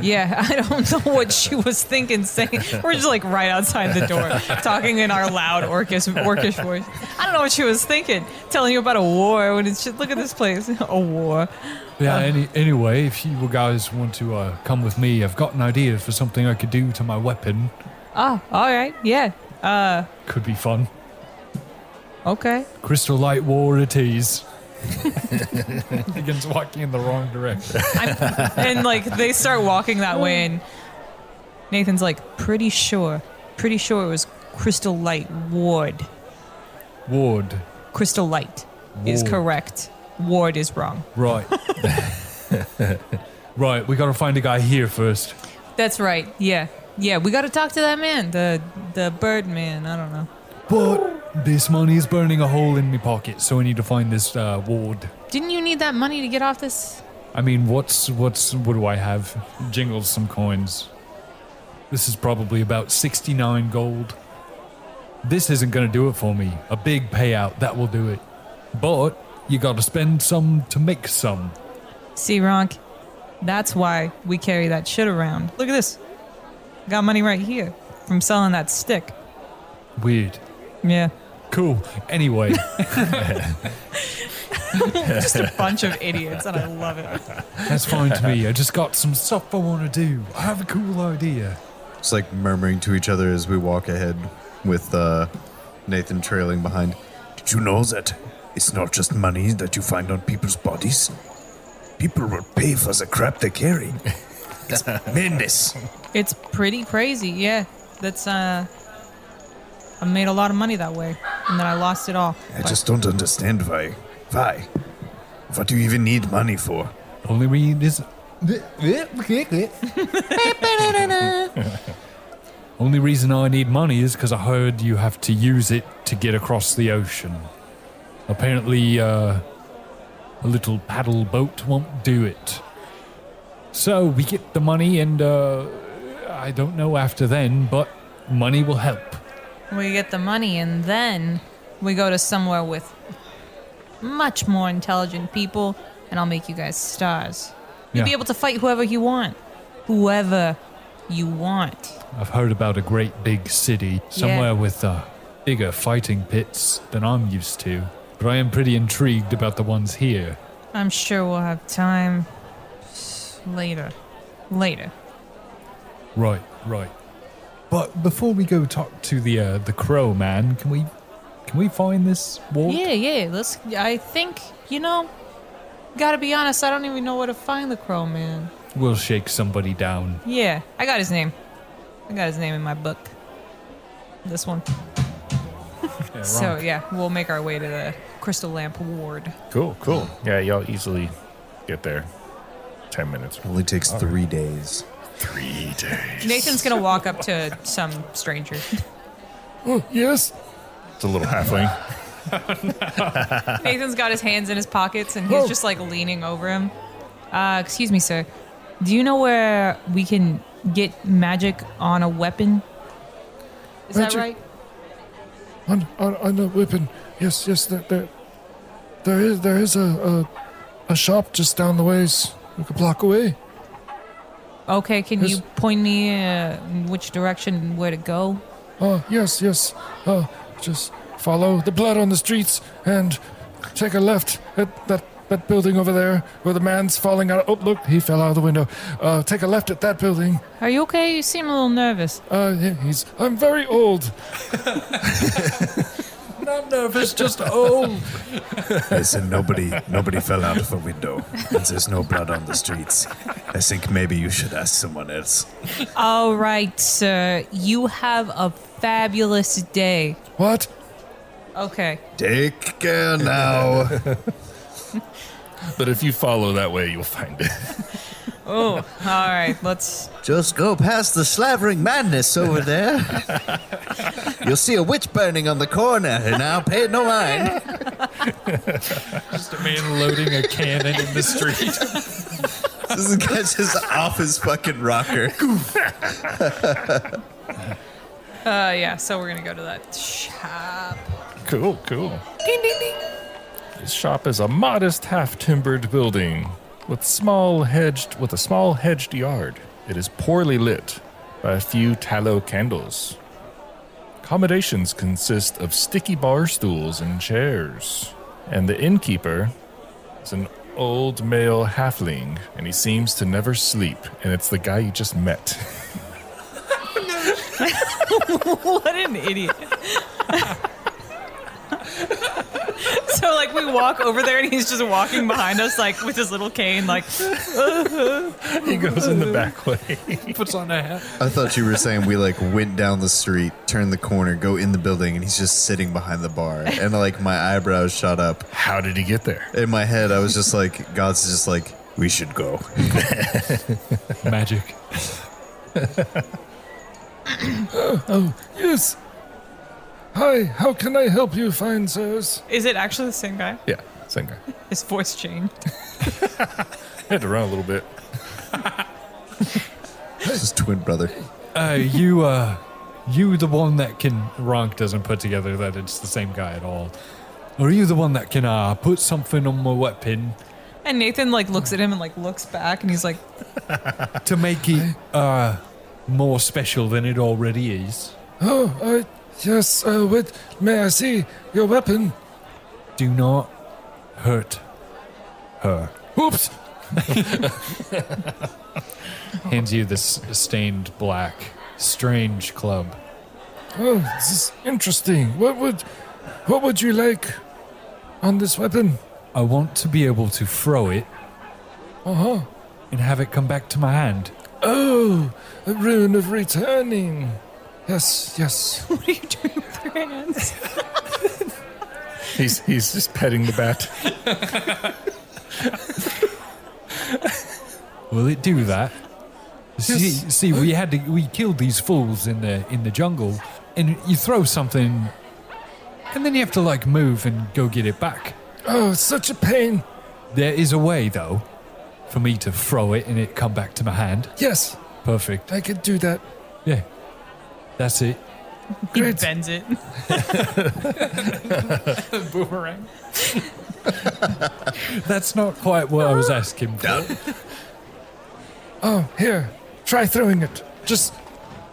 [SPEAKER 3] Yeah, I don't know what she was thinking. Saying we're just like right outside the door, talking in our loud orcish, orcish voice. I don't know what she was thinking, telling you about a war. When it's just, look at this place, a war.
[SPEAKER 5] Yeah. Any, anyway, if you guys want to uh, come with me, I've got an idea for something I could do to my weapon.
[SPEAKER 3] Oh, all right, yeah, uh,
[SPEAKER 5] Could be fun.
[SPEAKER 3] okay.
[SPEAKER 5] Crystal Light War it is. Begins walking in the wrong direction.
[SPEAKER 3] And like they start walking that way, and Nathan's like, pretty sure, pretty sure it was Crystal Light Ward.
[SPEAKER 5] Ward.
[SPEAKER 3] Crystal Light is
[SPEAKER 5] Ward.
[SPEAKER 3] correct. Ward is wrong.
[SPEAKER 5] Right. right, we gotta find a guy here first.
[SPEAKER 3] That's right. Yeah. Yeah, we got to talk to that man, the the bird man. I don't know.
[SPEAKER 5] But this money is burning a hole in my pocket, so I need to find this uh, ward.
[SPEAKER 3] Didn't you need that money to get off this?
[SPEAKER 5] I mean, what's what's what do I have? Jingles some coins. This is probably about sixty-nine gold. This isn't going to do it for me. A big payout that will do it, but you got to spend some to make some.
[SPEAKER 3] See, Ronk, that's why we carry that shit around. Look at this. Got money right here from selling that stick.
[SPEAKER 5] Weird.
[SPEAKER 3] Yeah.
[SPEAKER 5] Cool. Anyway,
[SPEAKER 3] Just a bunch of idiots, and I love it.
[SPEAKER 5] that's fine to me. I just got some stuff I want to do. I have a cool idea.
[SPEAKER 4] Just like murmuring to each other as we walk ahead, with uh, Nathan trailing behind.
[SPEAKER 6] Did you know that it's not just money that you find on people's bodies? People will pay for the crap they carry. It's madness.
[SPEAKER 3] It's pretty crazy. Yeah. That's, uh, I made a lot of money that way, and then I lost it all.
[SPEAKER 6] I just don't understand why. Why? What do you even need money for?
[SPEAKER 5] Only reason, Only reason I need money is because I heard you have to use it to get across the ocean. Apparently, uh, a little paddle boat won't do it. So we get the money, and uh, I don't know after then, but money will help.
[SPEAKER 3] We get the money and then we go to somewhere with much more intelligent people, and I'll make you guys stars. You'll
[SPEAKER 5] Yeah.
[SPEAKER 3] be able to fight whoever you want. Whoever you want.
[SPEAKER 5] I've heard about a great big city somewhere with uh, bigger fighting pits than I'm used to, but I am pretty intrigued about the ones here.
[SPEAKER 3] I'm sure we'll have time later. Later.
[SPEAKER 5] Right, right. But before we go talk to the uh, the crow man, can we can we find this wall?
[SPEAKER 3] Yeah, yeah. Let's. I think you know. Gotta be honest. I don't even know where to find the crow man.
[SPEAKER 5] We'll shake somebody down.
[SPEAKER 3] Yeah, I got his name. I got his name in my book. This one. So yeah, we'll make our way to the crystal lamp ward.
[SPEAKER 2] Cool, cool. Yeah, y'all easily get there. Ten minutes.
[SPEAKER 4] Only takes three days.
[SPEAKER 2] Three days.
[SPEAKER 3] Nathan's gonna walk up to some stranger.
[SPEAKER 2] Yes. It's a little halfling.
[SPEAKER 3] Nathan's got his hands in his pockets and he's just like leaning over him. Uh, excuse me, sir. Do you know where we can get magic on a weapon? Is
[SPEAKER 8] Magic?
[SPEAKER 3] that right?
[SPEAKER 8] On, on, on a weapon. Yes, yes, there, there, there is, there is a, a, a shop just down the ways, like a block away.
[SPEAKER 3] Okay, can
[SPEAKER 8] Yes.
[SPEAKER 3] you point me uh, in which direction and where to go?
[SPEAKER 8] Uh, yes, yes. Uh, just follow the blood on the streets and take a left at that, that building over there where the man's falling out. Oh, look, he fell out of the window. Uh, take a left at that building.
[SPEAKER 3] Are you okay? You seem a little nervous.
[SPEAKER 8] Uh, he- he's. I'm very old.
[SPEAKER 5] Not nervous, just oh.
[SPEAKER 11] Listen, nobody, nobody fell out of a window, and there's no blood on the streets. I think maybe you should ask someone else.
[SPEAKER 3] All right, sir. You have a fabulous day.
[SPEAKER 8] What?
[SPEAKER 3] Okay.
[SPEAKER 4] Take care now.
[SPEAKER 2] But if you follow that way, you'll find it.
[SPEAKER 3] Oh, all right. Let's.
[SPEAKER 4] Just go past the slavering madness over there. You'll see a witch burning on the corner, and I'll pay no mind.
[SPEAKER 5] just a man loading a cannon in the street.
[SPEAKER 4] This guy's just off his fucking rocker.
[SPEAKER 3] Uh, yeah. So we're gonna go to that shop.
[SPEAKER 2] Cool, cool. This shop is a modest half-timbered building with small hedged with a small hedged yard. It is poorly lit by a few tallow candles. Accommodations consist of sticky bar stools and chairs, and the innkeeper is an old male halfling, and he seems to never sleep. And it's the guy you just met.
[SPEAKER 3] What an idiot. so like we walk over there and he's just walking behind us like with his little cane like
[SPEAKER 2] he goes in the back way.
[SPEAKER 5] Puts on a hat.
[SPEAKER 4] I thought you were saying we like went down the street, turned the corner, go in the building, and he's just sitting behind the bar. And like my eyebrows shot up.
[SPEAKER 2] How did he get there?
[SPEAKER 4] In my head, I was just like, God's just like, we should go.
[SPEAKER 5] Magic.
[SPEAKER 8] Yes. Hi. How can I help you, fine sirs?
[SPEAKER 3] is it actually the same guy?
[SPEAKER 2] Yeah, same guy.
[SPEAKER 3] His voice changed.
[SPEAKER 2] Had to run a little bit.
[SPEAKER 4] His twin brother.
[SPEAKER 5] Uh, you, uh, you the one that can. Ronk doesn't put together that it's the same guy at all. Are you the one that can uh, put something on my weapon
[SPEAKER 3] And Nathan like looks at him and like looks back and he's like
[SPEAKER 5] to make it uh, more special than it already is?
[SPEAKER 8] Oh, I. Yes. Uh, what? May I see your weapon?
[SPEAKER 5] Do not hurt her.
[SPEAKER 8] Oops.
[SPEAKER 5] Hands you this stained black, strange club.
[SPEAKER 8] Oh, this is interesting. What would, what would you like, on this weapon?
[SPEAKER 5] I want to be able to throw it
[SPEAKER 8] Uh
[SPEAKER 5] Uh-huh.
[SPEAKER 8] huh.
[SPEAKER 5] and have it come back to my hand.
[SPEAKER 8] Oh, a rune of returning. Yes. Yes.
[SPEAKER 3] what are you doing with your hands?
[SPEAKER 2] He's he's just petting the bat.
[SPEAKER 5] Will it do that? See, see, we had to, we killed these fools in the in the jungle, and you throw something, and then you have to like move and go get it back.
[SPEAKER 8] Oh, it's such a pain.
[SPEAKER 5] There is a way though, for me to throw it and it come back to my hand.
[SPEAKER 8] Yes,
[SPEAKER 5] Perfect.
[SPEAKER 8] I could do that.
[SPEAKER 5] Yeah, that's it.
[SPEAKER 12] He bends it.
[SPEAKER 5] Boomerang. that's not quite what I was asking for.
[SPEAKER 8] Oh, here, try throwing it. Just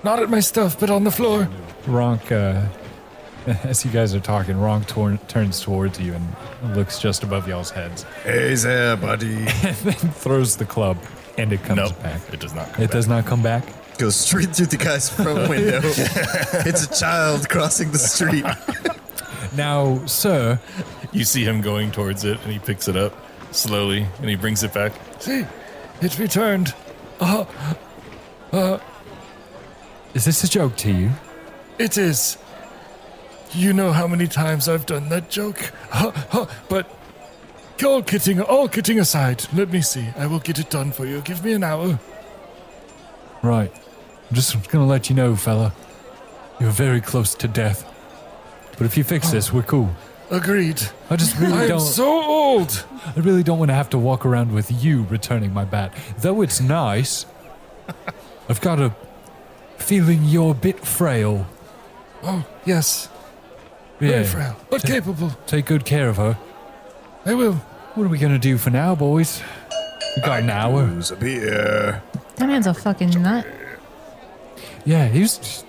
[SPEAKER 8] not at my stuff, but on the floor.
[SPEAKER 5] Ronk, uh, as you guys are talking, Ronk torn, turns towards you and looks just above y'all's heads
[SPEAKER 4] Hey there, buddy.
[SPEAKER 5] and throws the club, and it comes
[SPEAKER 2] No,
[SPEAKER 5] back.
[SPEAKER 2] it does not come
[SPEAKER 5] It
[SPEAKER 2] back.
[SPEAKER 5] does not come back.
[SPEAKER 4] Goes straight through the guy's front window. it's a child crossing the street.
[SPEAKER 5] Now, sir,
[SPEAKER 2] You see him going towards it, and he picks it up slowly, and he brings it back.
[SPEAKER 8] See, it returned.
[SPEAKER 5] is this a joke to you?
[SPEAKER 8] It is. You know how many times I've done that joke. Huh, huh, but all kidding, all kidding aside, let me see. I will get it done for you. Give me an hour.
[SPEAKER 5] Right. I'm just going to let you know, fella. You're very close to death. But if you fix this, we're cool.
[SPEAKER 8] Agreed.
[SPEAKER 5] I just really
[SPEAKER 8] I'm
[SPEAKER 5] don't.
[SPEAKER 8] so old.
[SPEAKER 5] I really don't want to have to walk around with you returning my bat. Though it's nice, I've got a feeling you're a bit frail.
[SPEAKER 8] Oh yes,
[SPEAKER 5] Yeah.
[SPEAKER 8] very frail, but capable.
[SPEAKER 5] Take good care of her.
[SPEAKER 8] I will.
[SPEAKER 5] What are we gonna do for now, boys? We got an hour.
[SPEAKER 13] Who's a beer?
[SPEAKER 3] That man's a fucking nut.
[SPEAKER 5] Yeah, he's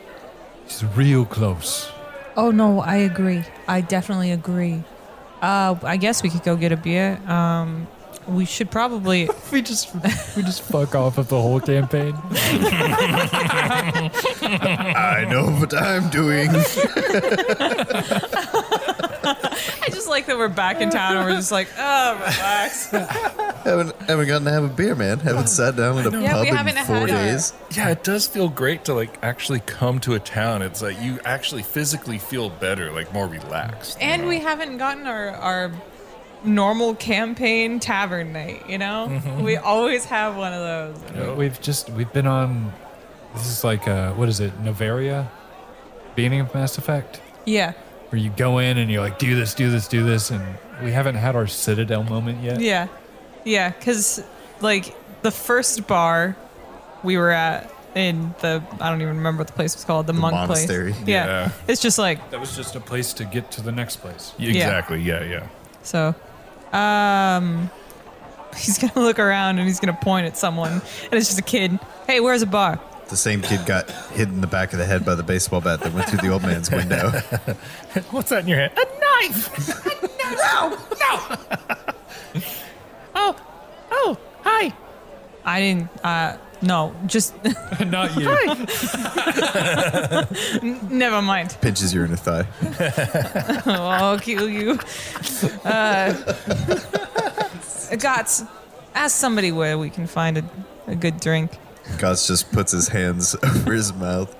[SPEAKER 5] he's real close.
[SPEAKER 12] Oh no, I agree. I definitely agree. Uh, I guess we could go get a beer. Um, we should probably.
[SPEAKER 5] We just we just fuck off of the whole campaign.
[SPEAKER 4] I know what I'm doing.
[SPEAKER 12] I just like that we're back in town and we're just like, oh, relax.
[SPEAKER 4] haven't, haven't gotten to have a beer, man. Haven't sat down in a
[SPEAKER 3] Yeah,
[SPEAKER 4] pub
[SPEAKER 3] we haven't
[SPEAKER 4] in four
[SPEAKER 3] had a-
[SPEAKER 4] days.
[SPEAKER 2] Yeah, it does feel great to like actually come to a town. It's like you actually physically feel better, like more relaxed.
[SPEAKER 3] And we haven't gotten our, our normal campaign tavern night, you know? We always have one of those.
[SPEAKER 5] Uh, We've just we've been on. This is like uh, what is it? Novaria, beginning of Mass Effect.
[SPEAKER 3] Yeah.
[SPEAKER 5] where you go in and you're like, do this, do this, do this, and we haven't had our Citadel moment yet.
[SPEAKER 3] Yeah. Yeah, because, like, the first bar we were at in the, I don't even remember what the place was called, the, monk
[SPEAKER 4] monastery.
[SPEAKER 3] place. Yeah.
[SPEAKER 2] Yeah.
[SPEAKER 3] It's just like,
[SPEAKER 5] That was just a place to get to the next place.
[SPEAKER 2] Exactly. Yeah, yeah.
[SPEAKER 3] so. Um, he's going to look around and he's going to point at someone, and it's just a kid. Hey, where's a bar?
[SPEAKER 4] The same kid got hit in the back of the head by the baseball bat that went through the old man's window.
[SPEAKER 2] What's that in your hand?
[SPEAKER 9] Oh,
[SPEAKER 3] I didn't, uh, no, just
[SPEAKER 5] Not you.
[SPEAKER 3] never mind.
[SPEAKER 4] Pinches you in the thigh.
[SPEAKER 3] I'll kill you. Uh, Gots, ask somebody where we can find a, a good drink.
[SPEAKER 4] Goss just puts his hands over his mouth.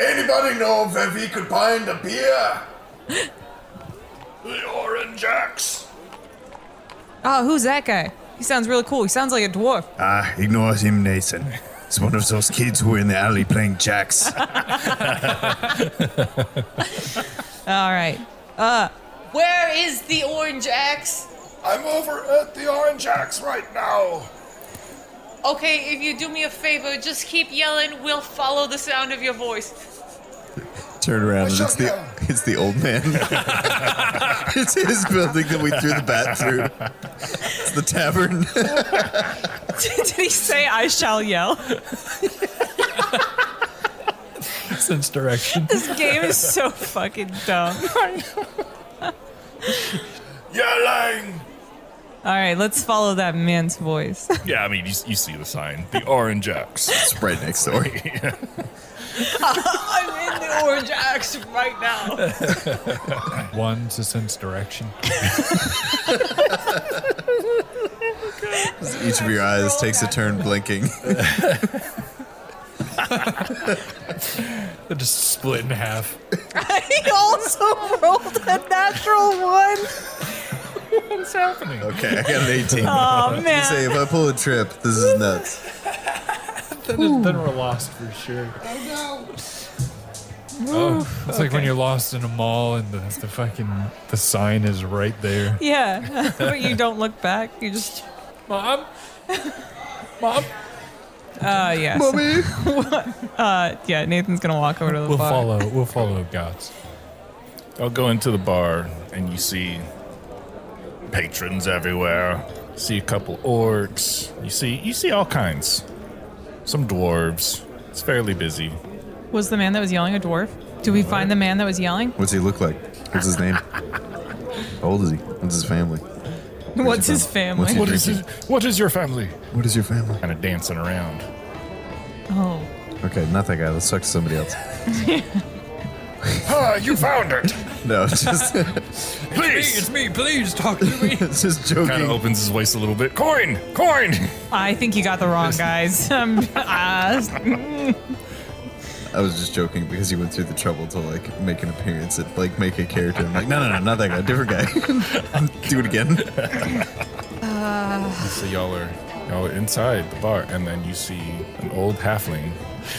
[SPEAKER 13] Anybody know where we could find a beer?
[SPEAKER 2] The Orange Axe.
[SPEAKER 3] Oh, who's that guy? He sounds really cool. He sounds like a dwarf.
[SPEAKER 4] Uh.
[SPEAKER 13] Ah, ignore him, Nathan. It's one of those kids who are in the alley playing jacks.
[SPEAKER 3] All right. Uh, where is the orange axe?
[SPEAKER 13] I'm over at the Orange Axe right now.
[SPEAKER 3] Okay, if you do me a favor, just keep yelling. We'll follow the sound of your voice.
[SPEAKER 4] Turn around and it's the it's the old man. it's his building that we threw the bat through. It's the tavern.
[SPEAKER 3] Did he say I shall yell?
[SPEAKER 5] Sense direction.
[SPEAKER 3] This game is so fucking dumb.
[SPEAKER 2] Yelling.
[SPEAKER 3] All right, let's follow that man's voice.
[SPEAKER 2] Yeah, I mean, you, you see the sign. The Orange Axe.
[SPEAKER 4] It's right next door.
[SPEAKER 3] I'm in the orange axe right now.
[SPEAKER 5] One to sense direction.
[SPEAKER 4] Each of your eyes takes a turn blinking.
[SPEAKER 5] They're just split in half.
[SPEAKER 3] he also rolled a natural one.
[SPEAKER 2] What is happening?
[SPEAKER 4] Okay, I got an 18.
[SPEAKER 3] Oh
[SPEAKER 4] You
[SPEAKER 3] man.
[SPEAKER 4] say if I pull a trip, this is nuts.
[SPEAKER 5] Then, then we're lost for sure. Oh no! it's like when you're lost in a mall and the, the fucking the sign is right there.
[SPEAKER 3] Yeah, but you don't look back. You just.
[SPEAKER 5] Mom, mom,
[SPEAKER 3] Uh, yeah. uh, yeah. Nathan's gonna walk over to the
[SPEAKER 5] we'll
[SPEAKER 3] bar.
[SPEAKER 5] follow. We'll follow Gots.
[SPEAKER 2] I'll go into the bar and you see patrons everywhere. See a couple orcs. You see you see all kinds. Some dwarves. It's fairly busy.
[SPEAKER 3] Was the man that was yelling a dwarf? Did we find the man that was yelling?
[SPEAKER 4] What's he look like? What's his name? How old is he? What's his family?
[SPEAKER 3] What's
[SPEAKER 4] your
[SPEAKER 3] his
[SPEAKER 4] family?
[SPEAKER 3] family?
[SPEAKER 4] What's
[SPEAKER 8] What is, it, what is your family?
[SPEAKER 4] What is your family?
[SPEAKER 2] Kind of dancing around.
[SPEAKER 3] oh,
[SPEAKER 4] Okay, not that guy. Let's talk to somebody else.
[SPEAKER 8] Ah, you found it.
[SPEAKER 4] No, just
[SPEAKER 5] Please, it's me. Please talk to me.
[SPEAKER 4] just
[SPEAKER 2] Kind of
[SPEAKER 4] joking.
[SPEAKER 2] opens his waist a little bit. Coin! Coin!
[SPEAKER 3] I think you got the wrong guys. um, uh,
[SPEAKER 4] I was just joking because you went through the trouble to like make an appearance and like make a character. I'm like, no, no, no, not that guy. Different guy. Do it again.
[SPEAKER 2] So y'all are y'all are inside the bar, and then you see an old halfling.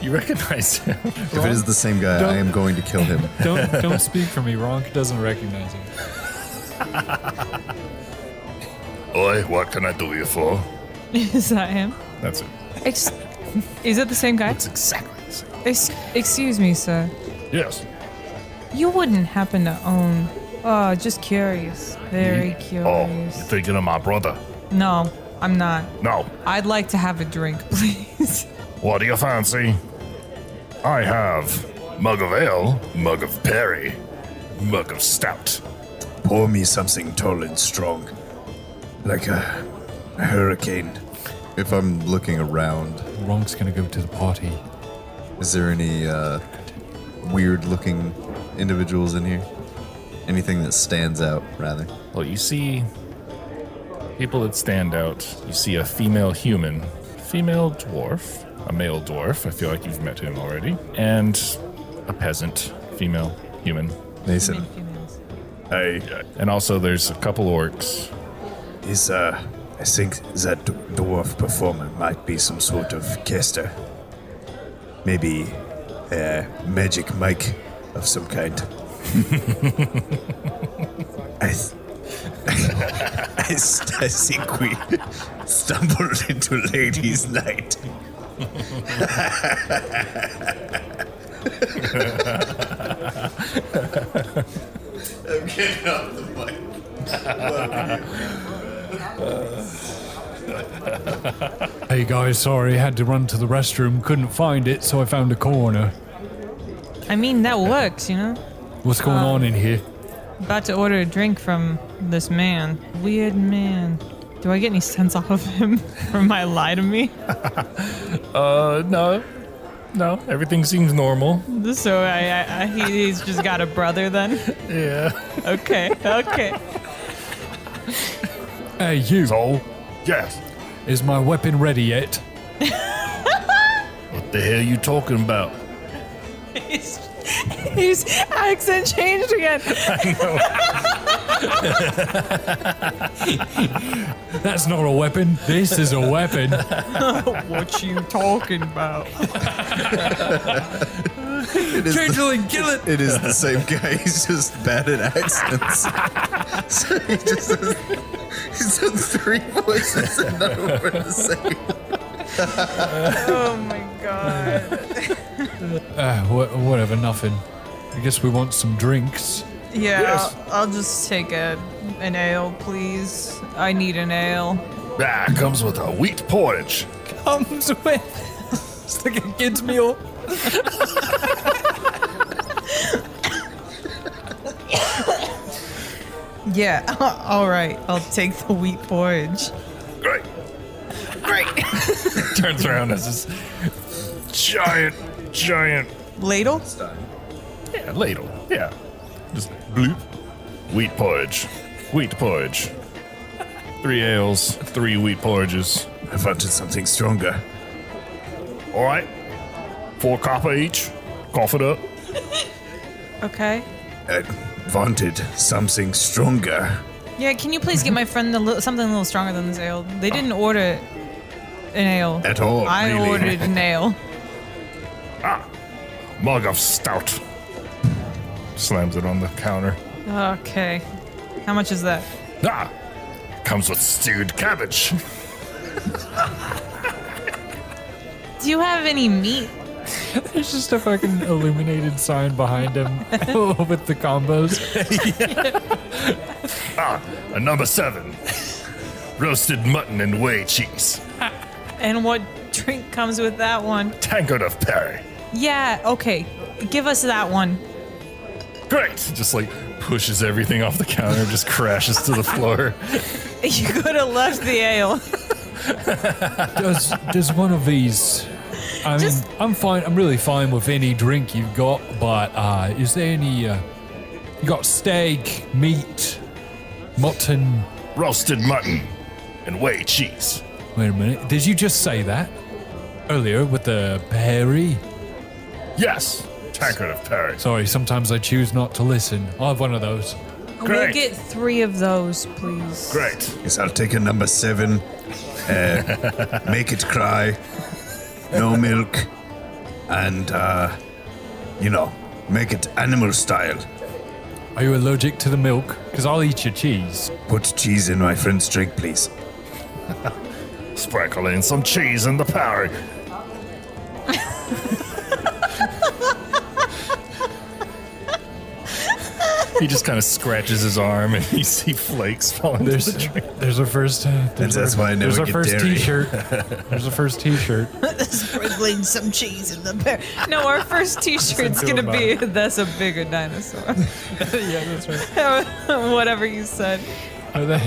[SPEAKER 2] You recognize him.
[SPEAKER 4] If it is the same guy, I am going to kill him.
[SPEAKER 5] don't don't speak for me. Ronk doesn't recognize him.
[SPEAKER 2] Oi, what can I do you for?
[SPEAKER 3] is that him?
[SPEAKER 2] That's it.
[SPEAKER 3] Ex- is it the same guy?
[SPEAKER 2] That's exactly the same.
[SPEAKER 3] Ex- excuse me, sir.
[SPEAKER 2] Yes.
[SPEAKER 3] You wouldn't happen to own? Oh, just curious. Very
[SPEAKER 2] Oh,
[SPEAKER 3] curious.
[SPEAKER 2] you're thinking of my brother?
[SPEAKER 3] no, I'm not.
[SPEAKER 2] No.
[SPEAKER 3] I'd like to have a drink, please.
[SPEAKER 2] What do you fancy? I have mug of ale, mug of perry, mug of stout.
[SPEAKER 6] Pour me something tall and strong, like a, a hurricane.
[SPEAKER 4] If I'm looking around,
[SPEAKER 5] Ronk's gonna go to the party.
[SPEAKER 4] is there any uh, weird looking individuals in here? Anything that stands out, rather?
[SPEAKER 2] Well, you see people that stand out. You see a female human, female dwarf, a male dwarf. I feel like you've met him already, and a peasant, female human.
[SPEAKER 4] Mason.
[SPEAKER 6] I
[SPEAKER 2] And also, there's a couple orcs.
[SPEAKER 6] is uh, I think that d- dwarf performer might be some sort of caster. Maybe a magic mic of some kind. I, th- I, st- I think we stumbled into ladies' night.
[SPEAKER 4] I'm getting off the mic.
[SPEAKER 5] Hey guys, sorry, had to run to the restroom. Couldn't find it, so I found a corner.
[SPEAKER 3] I mean, that works, you know?
[SPEAKER 5] What's going on in here?
[SPEAKER 3] About to order a drink from this man. Weird man. Do I get any sense off of him from my lie to me?
[SPEAKER 2] Uh, no. No, everything seems normal.
[SPEAKER 3] So I, I, I he, he's just got a brother then.
[SPEAKER 2] Yeah.
[SPEAKER 3] Okay, okay.
[SPEAKER 5] Hey, you.
[SPEAKER 2] So, yes.
[SPEAKER 5] Is my weapon ready yet?
[SPEAKER 2] What the hell you talking about?
[SPEAKER 3] His, his accent changed again.
[SPEAKER 5] That's not a weapon. This is a weapon.
[SPEAKER 3] What you talking about?
[SPEAKER 4] It is, the,
[SPEAKER 5] Changeling, kill it.
[SPEAKER 4] it is the same guy. He's just bad at accents. so he just has, he's had three voices and none of them are the same.
[SPEAKER 3] Oh my god.
[SPEAKER 5] Uh, wha- whatever, nothing. I guess we want some drinks.
[SPEAKER 3] Yeah, I'll, I'll just take a an ale, please. I need an ale.
[SPEAKER 2] Ah, comes with a wheat porridge.
[SPEAKER 5] Comes with. It's like a kid's meal.
[SPEAKER 3] Yeah, all right. I'll take the wheat porridge.
[SPEAKER 2] Great. Great. Turns around as this giant, giant
[SPEAKER 3] Ladle?
[SPEAKER 2] yeah, ladle. Yeah. Just bloop. Wheat porridge. Wheat porridge. Three ales, three wheat porridges.
[SPEAKER 6] I wanted something stronger.
[SPEAKER 2] All right. Four copper each. Cough it up.
[SPEAKER 3] Okay.
[SPEAKER 6] I wanted something stronger.
[SPEAKER 3] Yeah, can you please get my friend a little, something a little stronger than this ale? They didn't order an ale.
[SPEAKER 6] At all,
[SPEAKER 3] I
[SPEAKER 6] really.
[SPEAKER 3] ordered an ale.
[SPEAKER 2] Mug of stout. Slams it on the counter.
[SPEAKER 3] Okay. How much is that?
[SPEAKER 2] Ah! Comes with stewed cabbage.
[SPEAKER 3] Do you have any meat?
[SPEAKER 5] There's just a fucking illuminated sign behind him with the combos.
[SPEAKER 2] A number seven. Roasted mutton and whey cheese.
[SPEAKER 3] And what drink comes with that one?
[SPEAKER 2] Tankard of perry.
[SPEAKER 3] Yeah, okay. Give us that one.
[SPEAKER 2] Great! Just like pushes everything off the counter and just crashes to the floor.
[SPEAKER 3] You could have left the ale.
[SPEAKER 5] Does does one of these? I mean,
[SPEAKER 3] Just-
[SPEAKER 5] I'm fine. I'm really fine with any drink you've got, but uh, is there any? Uh, you got steak, meat, mutton.
[SPEAKER 2] Roasted mutton and whey cheese.
[SPEAKER 5] Wait a minute. Did you just say that earlier with the perry?
[SPEAKER 2] Yes! Tankard of perry.
[SPEAKER 5] Sorry, sometimes I choose not to listen. I have one of those.
[SPEAKER 2] Great.
[SPEAKER 3] We'll get three of those, please.
[SPEAKER 2] Great.
[SPEAKER 6] Yes, I'll take a number seven. Uh, make it cry. No milk. And, uh, you know, make it animal style.
[SPEAKER 5] Are you allergic to the milk? Because I'll eat your cheese.
[SPEAKER 6] Put cheese in my friend's drink, please.
[SPEAKER 2] Sprinkle in some cheese in the perry. he just kind of scratches his arm and you see flakes falling.
[SPEAKER 5] There's there's our first. Uh, there's
[SPEAKER 6] that's why I never
[SPEAKER 5] there's our
[SPEAKER 6] get
[SPEAKER 5] first
[SPEAKER 6] dairy.
[SPEAKER 5] T-shirt. There's our first T-shirt.
[SPEAKER 3] Sprinkling some cheese in the bear. No, our first t-shirt's
[SPEAKER 5] Into a
[SPEAKER 3] gonna be that's a bigger dinosaur.
[SPEAKER 5] yeah, that's right.
[SPEAKER 3] Whatever you said.
[SPEAKER 5] Are they?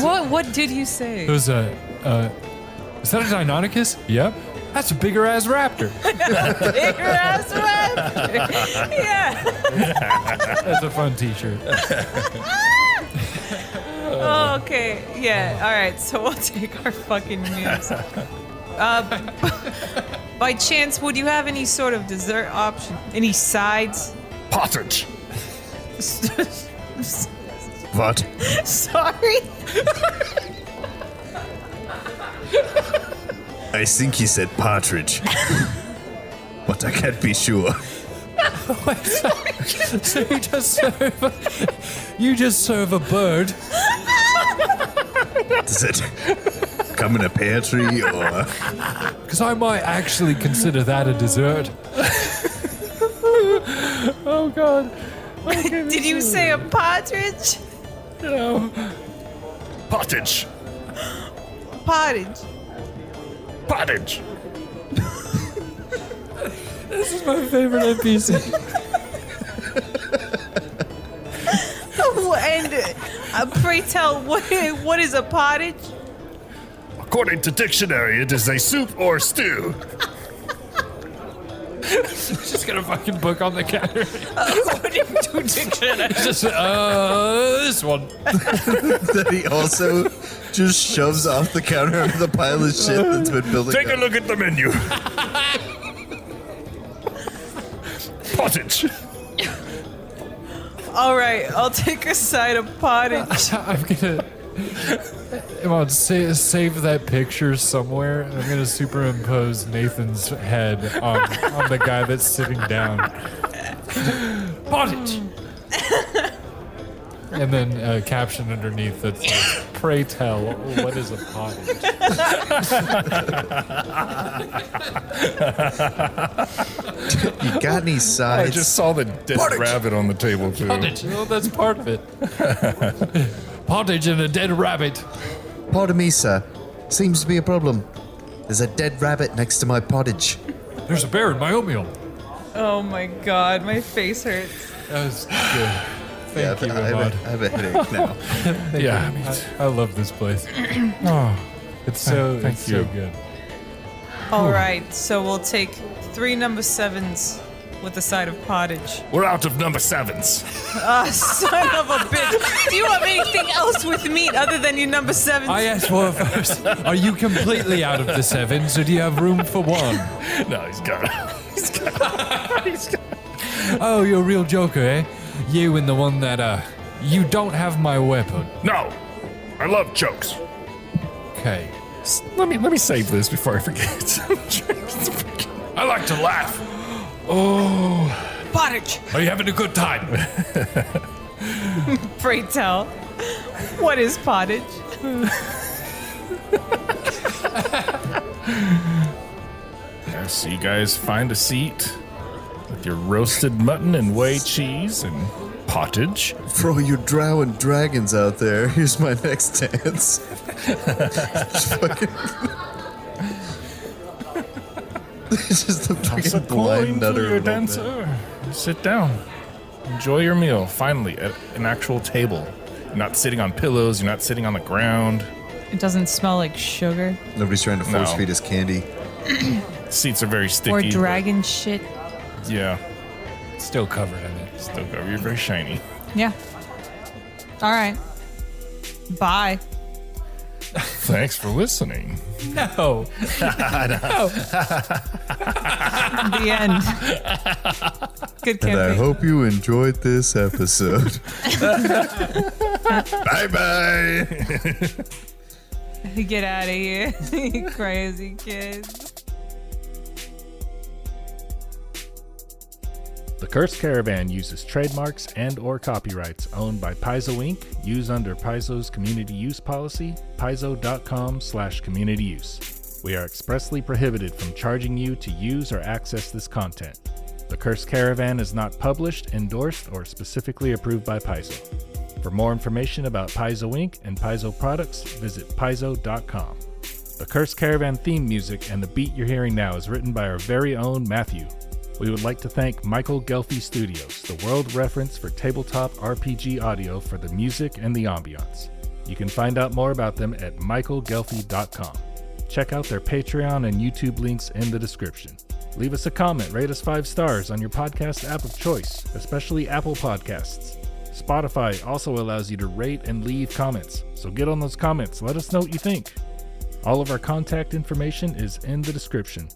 [SPEAKER 3] What what did you
[SPEAKER 5] It
[SPEAKER 3] say?
[SPEAKER 5] was a. Uh, is that a Deinonychus? Yep. That's a bigger ass raptor.
[SPEAKER 3] Bigger ass raptor. Yeah.
[SPEAKER 5] That's a fun T-shirt.
[SPEAKER 3] okay. Yeah. All right. So we'll take our fucking meals. Uh, by chance, would you have any sort of dessert option? Any sides?
[SPEAKER 2] Pottage.
[SPEAKER 6] What?
[SPEAKER 3] Sorry.
[SPEAKER 6] I think he said partridge. but I can't be sure.
[SPEAKER 5] so you just serve. A, you just serve a bird.
[SPEAKER 6] Does it come in a pear tree or.
[SPEAKER 5] Because I might actually consider that a dessert. oh God.
[SPEAKER 3] Did you say a partridge?
[SPEAKER 2] Pottage.
[SPEAKER 3] Pottage.
[SPEAKER 2] Pottage.
[SPEAKER 5] My favorite NPC.
[SPEAKER 3] Oh, and uh, pray tell, what what is a pottage?
[SPEAKER 2] According to dictionary, it is a soup or stew.
[SPEAKER 5] just got a fucking book on the counter. just uh, this one.
[SPEAKER 4] that he also just shoves off the counter of the pile of shit that's been building
[SPEAKER 2] Take a
[SPEAKER 4] up.
[SPEAKER 2] look at the menu. Pottage.
[SPEAKER 3] All right, I'll take a side of pottage.
[SPEAKER 5] I'm gonna. Come on, save, save that picture somewhere. I'm gonna superimpose Nathan's head on, on the guy that's sitting down. Pottage! and then a caption underneath that says, Pray tell, what is a pottage?
[SPEAKER 4] You got any
[SPEAKER 2] I
[SPEAKER 4] sides?
[SPEAKER 2] just saw the dead rabbit on the table too.
[SPEAKER 5] Pottage! Well, that's part of it. pottage and a dead rabbit.
[SPEAKER 4] Pardon me, sir. Seems to be a problem. There's a dead rabbit next to my pottage.
[SPEAKER 5] There's a bear in my oatmeal.
[SPEAKER 3] Oh my god, my face hurts.
[SPEAKER 5] That was good. Thank
[SPEAKER 4] I,
[SPEAKER 5] you,
[SPEAKER 4] have
[SPEAKER 5] Ahmad.
[SPEAKER 4] a, I have a headache now.
[SPEAKER 5] Yeah, I, I love this place. Oh, it's so
[SPEAKER 2] thank
[SPEAKER 5] it's
[SPEAKER 2] you.
[SPEAKER 5] so good.
[SPEAKER 3] All right, so we'll take three number sevens with a side of pottage.
[SPEAKER 2] We're out of number sevens.
[SPEAKER 3] Ah, son of a bitch! Do you have anything else with meat other than your number sevens?
[SPEAKER 5] I asked for it first. Are you completely out of the sevens, or do you have room for one?
[SPEAKER 2] No, he's got it.
[SPEAKER 5] Oh, you're a real joker, eh? you and the one that uh you don't have my weapon.
[SPEAKER 14] No, I love chokes.
[SPEAKER 5] Okay.
[SPEAKER 14] S- Let me let me save this before I forget. I'm trying to- I like to laugh.
[SPEAKER 2] Oh.
[SPEAKER 7] Pottage!
[SPEAKER 5] Are you having a good time?
[SPEAKER 3] Pray tell. What is pottage?
[SPEAKER 14] Yes, you guys find a seat with your roasted mutton and whey cheese and pottage.
[SPEAKER 4] For all you drow and dragons out there, here's my next dance. Just fucking- It's just the
[SPEAKER 14] It's a
[SPEAKER 4] fucking
[SPEAKER 14] coin
[SPEAKER 4] blind
[SPEAKER 14] to
[SPEAKER 4] nutter.
[SPEAKER 14] your
[SPEAKER 4] of a man.
[SPEAKER 14] dancer. Sit down. Enjoy your meal. Finally, at an actual table. You're not sitting on pillows. You're not sitting on the ground.
[SPEAKER 3] It doesn't smell like sugar
[SPEAKER 4] Nobody's trying to force
[SPEAKER 14] No.
[SPEAKER 4] feed us candy.
[SPEAKER 14] Seats are very sticky.
[SPEAKER 3] or dragon shit.
[SPEAKER 14] but- Yeah.
[SPEAKER 5] Still covered in it.
[SPEAKER 14] Still cover. You're very shiny.
[SPEAKER 3] Yeah. All right. Bye.
[SPEAKER 14] Thanks for listening.
[SPEAKER 5] No.
[SPEAKER 3] The end. Good
[SPEAKER 4] And I
[SPEAKER 3] campaign.
[SPEAKER 4] hope you enjoyed this episode.
[SPEAKER 14] Bye bye.
[SPEAKER 3] Get out of here, you crazy kids.
[SPEAKER 2] The Cursed Caravan uses trademarks and or copyrights owned by Paizo Inc. Used under Paizo's community use policy, paizo.com slash community use. We are expressly prohibited from charging you to use or access this content. The Cursed Caravan is not published, endorsed, or specifically approved by Paizo. For more information about Paizo Inc. and Paizo products, visit paizo.com. The Cursed Caravan theme music and the beat you're hearing now is written by our very own Matthew. We would like to thank Michael Gelfi Studios, the world reference for tabletop RPG audio for the music and the ambiance. You can find out more about them at michaelgelfi.com. Check out their Patreon and YouTube links in the description. Leave us a comment, rate us five stars on your podcast app of choice, especially Apple Podcasts. Spotify also allows you to rate and leave comments, so get on those comments. Let us know what you think. All of our contact information is in the description.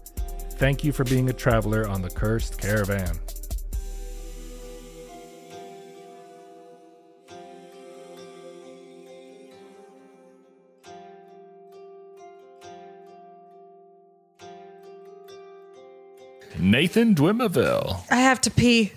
[SPEAKER 2] Thank you for being a traveler on the Cursed Caravan.
[SPEAKER 14] Nathan Dwimmerville.
[SPEAKER 7] I have to pee.